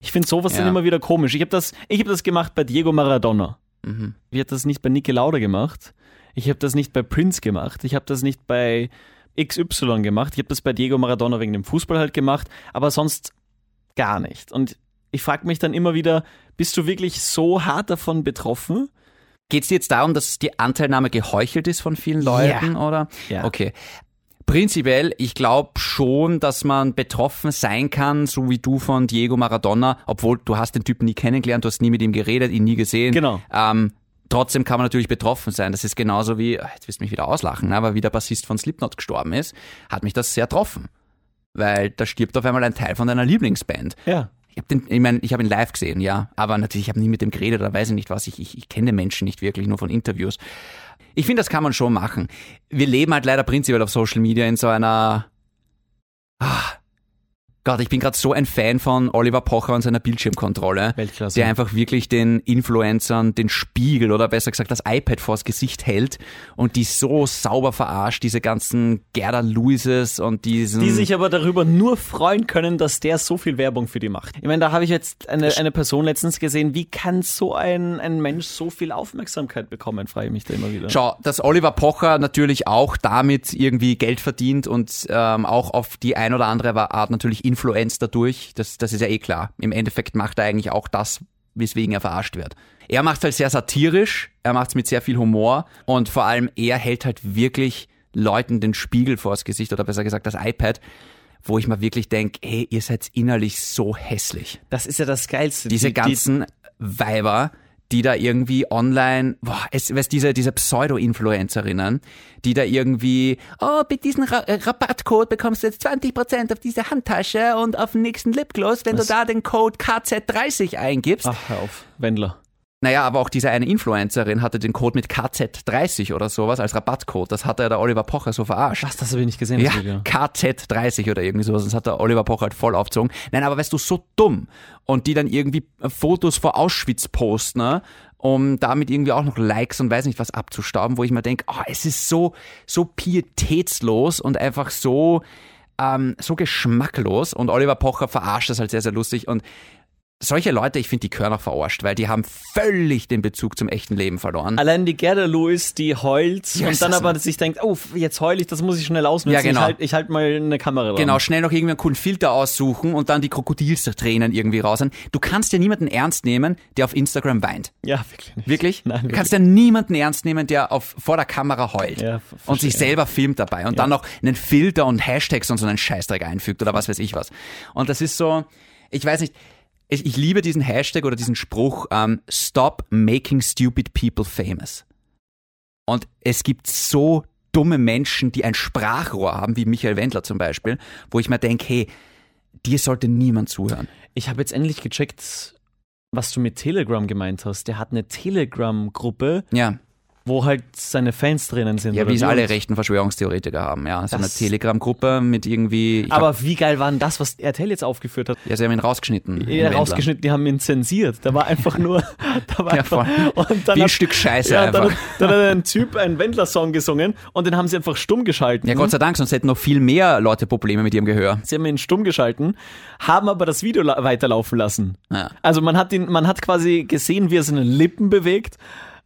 [SPEAKER 2] Ich finde sowas
[SPEAKER 1] Ja.
[SPEAKER 2] dann immer wieder komisch. Ich habe das, ich hab das gemacht bei Diego Maradona.
[SPEAKER 1] Mhm.
[SPEAKER 2] Ich habe das nicht bei Niki Lauda gemacht. Ich habe das nicht bei Prince gemacht. Ich habe das nicht bei XY gemacht. Ich habe das bei Diego Maradona wegen dem Fußball halt gemacht. Aber sonst gar nicht. Und ich frage mich dann immer wieder, bist du wirklich so hart davon betroffen?
[SPEAKER 1] Geht es jetzt darum, dass die Anteilnahme geheuchelt ist von vielen Leuten, oder?
[SPEAKER 2] Ja.
[SPEAKER 1] Okay. Prinzipiell, ich glaube schon, dass man betroffen sein kann, so wie du von Diego Maradona, obwohl du hast den Typen nie kennengelernt, du hast nie mit ihm geredet, ihn nie gesehen.
[SPEAKER 2] Genau.
[SPEAKER 1] Ähm, trotzdem kann man natürlich betroffen sein. Das ist genauso wie, ah, jetzt wirst du mich wieder auslachen, aber wie der Bassist von Slipknot gestorben ist, hat mich das sehr getroffen. Weil da stirbt auf einmal ein Teil von deiner Lieblingsband.
[SPEAKER 2] Ja.
[SPEAKER 1] Ich habe den, ich mein, ich habe ihn live gesehen, ja, aber natürlich, ich habe nie mit dem geredet oder weiß ich nicht was. Ich, ich, ich kenne den Menschen nicht wirklich, nur von Interviews. Ich finde, das kann man schon machen. Wir leben halt leider prinzipiell auf Social Media in so einer. Ah, Gott, ich bin gerade so ein Fan von Oliver Pocher und seiner Bildschirmkontrolle,
[SPEAKER 2] Weltklasse.
[SPEAKER 1] der einfach wirklich den Influencern den Spiegel oder besser gesagt das iPad vors Gesicht hält und die so sauber verarscht, diese ganzen Gerda Luises und diesen.
[SPEAKER 2] Die sich aber darüber nur freuen können, dass der so viel Werbung für die macht. Ich meine, da habe ich jetzt eine, eine Person letztens gesehen, wie kann so ein, ein Mensch so viel Aufmerksamkeit bekommen, frage ich mich da immer wieder.
[SPEAKER 1] Schau, dass Oliver Pocher natürlich auch damit irgendwie Geld verdient und ähm, auch auf die ein oder andere Art natürlich Influenz dadurch, das, das ist ja eh klar. Im Endeffekt macht er eigentlich auch das, weswegen er verarscht wird. Er macht halt sehr satirisch, er macht es mit sehr viel Humor und vor allem er hält halt wirklich Leuten den Spiegel vors Gesicht oder besser gesagt das iPad, wo ich mal wirklich denke, hey, ihr seid innerlich so hässlich.
[SPEAKER 2] Das ist ja das Geilste.
[SPEAKER 1] Diese
[SPEAKER 2] Die-
[SPEAKER 1] ganzen Weiber, die da irgendwie online, boah, es, weißt, diese, diese Pseudo-Influencerinnen, die da irgendwie, oh, mit diesem Ra äh, Rabattcode bekommst du jetzt 20% auf diese Handtasche und auf den nächsten Lipgloss, wenn du da den Code KZ30 eingibst.
[SPEAKER 2] Die, ach, Ah, hör auf. Wendler.
[SPEAKER 1] Naja, aber auch diese eine Influencerin hatte den Code mit KZ30 oder sowas als Rabattcode. Das hat ja der Oliver Pocher so verarscht.
[SPEAKER 2] Was, das habe ich nicht gesehen,
[SPEAKER 1] Ja,
[SPEAKER 2] das Video.
[SPEAKER 1] KZ30 oder irgendwie sowas. Das hat der Oliver Pocher halt voll aufgezogen. Nein, aber weißt du, so dumm. Und die dann irgendwie äh, Fotos vor Auschwitz posten, ne? um damit irgendwie auch noch Likes und weiß nicht was abzustauben, wo ich mir denke, oh, es ist so, so pietätslos und einfach so, ähm, so geschmacklos. Und Oliver Pocher verarscht das halt sehr, sehr lustig. Und solche Leute, ich finde, die gehören auch verarscht, weil die haben völlig den Bezug zum echten Leben verloren.
[SPEAKER 2] Allein die Gerda Lewis, die heult
[SPEAKER 1] Jesus.
[SPEAKER 2] und dann aber sich denkt, oh, jetzt heul ich, das muss ich schnell ausnutzen.
[SPEAKER 1] Ja, genau.
[SPEAKER 2] Ich halte ich halt mal eine Kamera dran.
[SPEAKER 1] Genau, schnell noch irgendwie einen coolen Filter aussuchen und dann die Krokodilstränen irgendwie raus. Du kannst ja niemanden ernst nehmen, der auf Instagram weint.
[SPEAKER 2] Ja, wirklich nicht.
[SPEAKER 1] Wirklich?
[SPEAKER 2] Nein,
[SPEAKER 1] du
[SPEAKER 2] wirklich.
[SPEAKER 1] kannst ja niemanden ernst nehmen, der auf, vor der Kamera heult
[SPEAKER 2] Ja, ver-
[SPEAKER 1] und sich
[SPEAKER 2] verstehe.
[SPEAKER 1] selber filmt dabei und dann noch einen Filter und Hashtags und so einen Scheißdreck einfügt oder was weiß ich was. Und das ist so, ich weiß nicht, ich, ich liebe diesen Hashtag oder diesen Spruch, ähm, Stop making stupid people famous. Und es gibt so dumme Menschen, die ein Sprachrohr haben, wie Michael Wendler zum Beispiel, wo ich mir denke, hey, dir sollte niemand zuhören.
[SPEAKER 2] Ich habe jetzt endlich gecheckt, was du mit Telegram gemeint hast. Der hat eine Telegram-Gruppe,
[SPEAKER 1] Ja. wo
[SPEAKER 2] wo halt seine Fans drinnen sind.
[SPEAKER 1] Ja,
[SPEAKER 2] oder
[SPEAKER 1] wie es
[SPEAKER 2] wir
[SPEAKER 1] alle
[SPEAKER 2] uns.
[SPEAKER 1] rechten Verschwörungstheoretiker haben, ja. So eine
[SPEAKER 2] Das-
[SPEAKER 1] Telegram-Gruppe mit irgendwie. ich
[SPEAKER 2] Aber wie geil war denn das, was RTL jetzt aufgeführt hat?
[SPEAKER 1] hab- ja, sie haben ihn rausgeschnitten. den
[SPEAKER 2] Ja,
[SPEAKER 1] Wendler.
[SPEAKER 2] rausgeschnitten, die haben ihn zensiert. Da war einfach nur. *laughs* Da war
[SPEAKER 1] Ja,
[SPEAKER 2] einfach,
[SPEAKER 1] voll.
[SPEAKER 2] *laughs* und dann
[SPEAKER 1] Wie ein
[SPEAKER 2] hat-
[SPEAKER 1] Stück Scheiße
[SPEAKER 2] *laughs* Ja, und dann,
[SPEAKER 1] einfach.
[SPEAKER 2] hat- dann hat ein Typ einen Wendler-Song gesungen und den haben sie einfach stumm geschalten.
[SPEAKER 1] Ja, Gott sei Dank, sonst hätten noch viel mehr Leute Probleme mit ihrem Gehör.
[SPEAKER 2] Sie haben ihn stumm geschalten, haben aber das Video la weiterlaufen lassen.
[SPEAKER 1] Ja.
[SPEAKER 2] Also man hat, ihn, man hat quasi gesehen, wie er seine Lippen bewegt,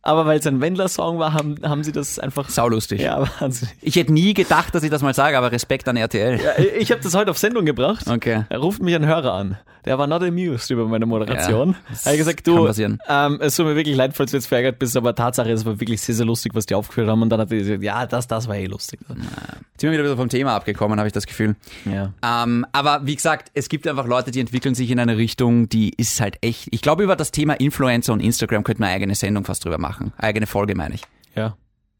[SPEAKER 2] aber weil es ein Wendler-Song war, haben, haben sie das einfach...
[SPEAKER 1] Saulustig.
[SPEAKER 2] ja, wahnsinnig.
[SPEAKER 1] Ich hätte nie gedacht, dass ich das mal sage, aber Respekt an RTL.
[SPEAKER 2] Ja, Ich habe das heute auf Sendung gebracht.
[SPEAKER 1] Okay.
[SPEAKER 2] Er ruft mich ein Hörer an. Der war not amused über meine Moderation.
[SPEAKER 1] Ja, das
[SPEAKER 2] er hat gesagt,
[SPEAKER 1] kann
[SPEAKER 2] du,
[SPEAKER 1] passieren.
[SPEAKER 2] ähm, es tut mir wirklich leid, falls du jetzt verärgert bist, aber Tatsache, es war wirklich sehr, sehr lustig, was die aufgeführt haben. Und dann hat er gesagt, ja, das, das war eh lustig.
[SPEAKER 1] Jetzt sind wir wieder ein bisschen vom Thema abgekommen, habe ich das Gefühl.
[SPEAKER 2] Ja.
[SPEAKER 1] Ähm, aber wie gesagt, es gibt einfach Leute, die entwickeln sich in eine Richtung, die ist halt echt. Ich glaube, über das Thema Influencer und Instagram könnte man eine eigene Sendung fast drüber machen. Eigene Folge, meine ich.
[SPEAKER 2] Ja,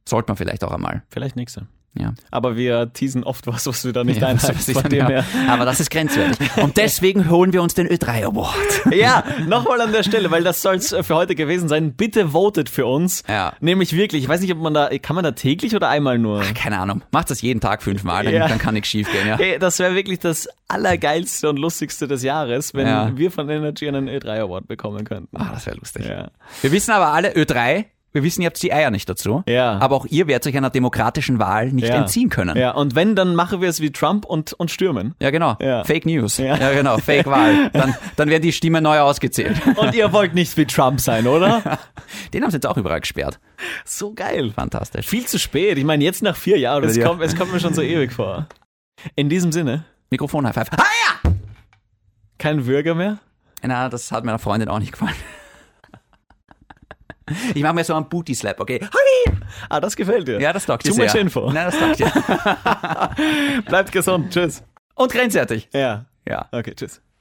[SPEAKER 1] Sollte man vielleicht auch einmal.
[SPEAKER 2] vielleicht nächste.
[SPEAKER 1] Ja.
[SPEAKER 2] Aber wir teasen oft was, was wir da nicht
[SPEAKER 1] Ja,
[SPEAKER 2] einhalten.
[SPEAKER 1] das weiß ich
[SPEAKER 2] Von
[SPEAKER 1] dann
[SPEAKER 2] dem
[SPEAKER 1] ja. genau.
[SPEAKER 2] her.
[SPEAKER 1] Aber das ist grenzwertig. Und deswegen holen wir uns den Ö3 Award. *laughs*
[SPEAKER 2] Ja, nochmal an der Stelle, weil das soll's für heute gewesen sein. Bitte votet für uns.
[SPEAKER 1] Ja.
[SPEAKER 2] Nämlich wirklich. Ich weiß nicht, ob man da, kann man da täglich oder einmal nur?
[SPEAKER 1] Keine Ahnung. Macht das jeden Tag fünfmal, dann,
[SPEAKER 2] Ja.
[SPEAKER 1] dann kann nichts schief gehen, ja.
[SPEAKER 2] Ey, das wäre wirklich das Allergeilste und Lustigste des Jahres, wenn
[SPEAKER 1] Ja.
[SPEAKER 2] wir von Energy einen Ö3 Award bekommen könnten.
[SPEAKER 1] Ah, das wäre lustig.
[SPEAKER 2] Ja.
[SPEAKER 1] Wir wissen aber alle, Ö3, wir wissen, ihr habt die Eier nicht dazu.
[SPEAKER 2] Ja.
[SPEAKER 1] Aber auch ihr werdet euch einer demokratischen Wahl nicht
[SPEAKER 2] Ja.
[SPEAKER 1] entziehen können.
[SPEAKER 2] Ja, und wenn, dann machen wir es wie Trump und, und stürmen.
[SPEAKER 1] Ja, genau.
[SPEAKER 2] Ja.
[SPEAKER 1] Fake News. Ja,
[SPEAKER 2] Ja.
[SPEAKER 1] genau. Fake
[SPEAKER 2] *laughs*
[SPEAKER 1] Wahl. Dann, dann werden die Stimmen neu ausgezählt.
[SPEAKER 2] Und ihr wollt nicht wie Trump
[SPEAKER 1] *laughs*
[SPEAKER 2] sein, oder?
[SPEAKER 1] Den haben sie jetzt auch überall gesperrt.
[SPEAKER 2] So geil.
[SPEAKER 1] Fantastisch.
[SPEAKER 2] Viel zu spät. Ich meine, jetzt nach vier Jahren, es,
[SPEAKER 1] Ja.
[SPEAKER 2] kommt, es kommt mir schon so ewig vor. In diesem Sinne,
[SPEAKER 1] Mikrofon High Five. Ah, ja!
[SPEAKER 2] kein Bürger mehr.
[SPEAKER 1] Na, das hat meiner Freundin auch nicht gefallen. *laughs* Ich mache mir so einen Booty Slap, okay? Hi!
[SPEAKER 2] Ah, das gefällt dir.
[SPEAKER 1] Ja, das taugt dir
[SPEAKER 2] Too
[SPEAKER 1] sehr.
[SPEAKER 2] much info.
[SPEAKER 1] Nein, das
[SPEAKER 2] *laughs*
[SPEAKER 1] taugt dir.
[SPEAKER 2] Bleibt gesund. Tschüss.
[SPEAKER 1] Und grenzwertig.
[SPEAKER 2] Ja.
[SPEAKER 1] Ja.
[SPEAKER 2] Okay, tschüss.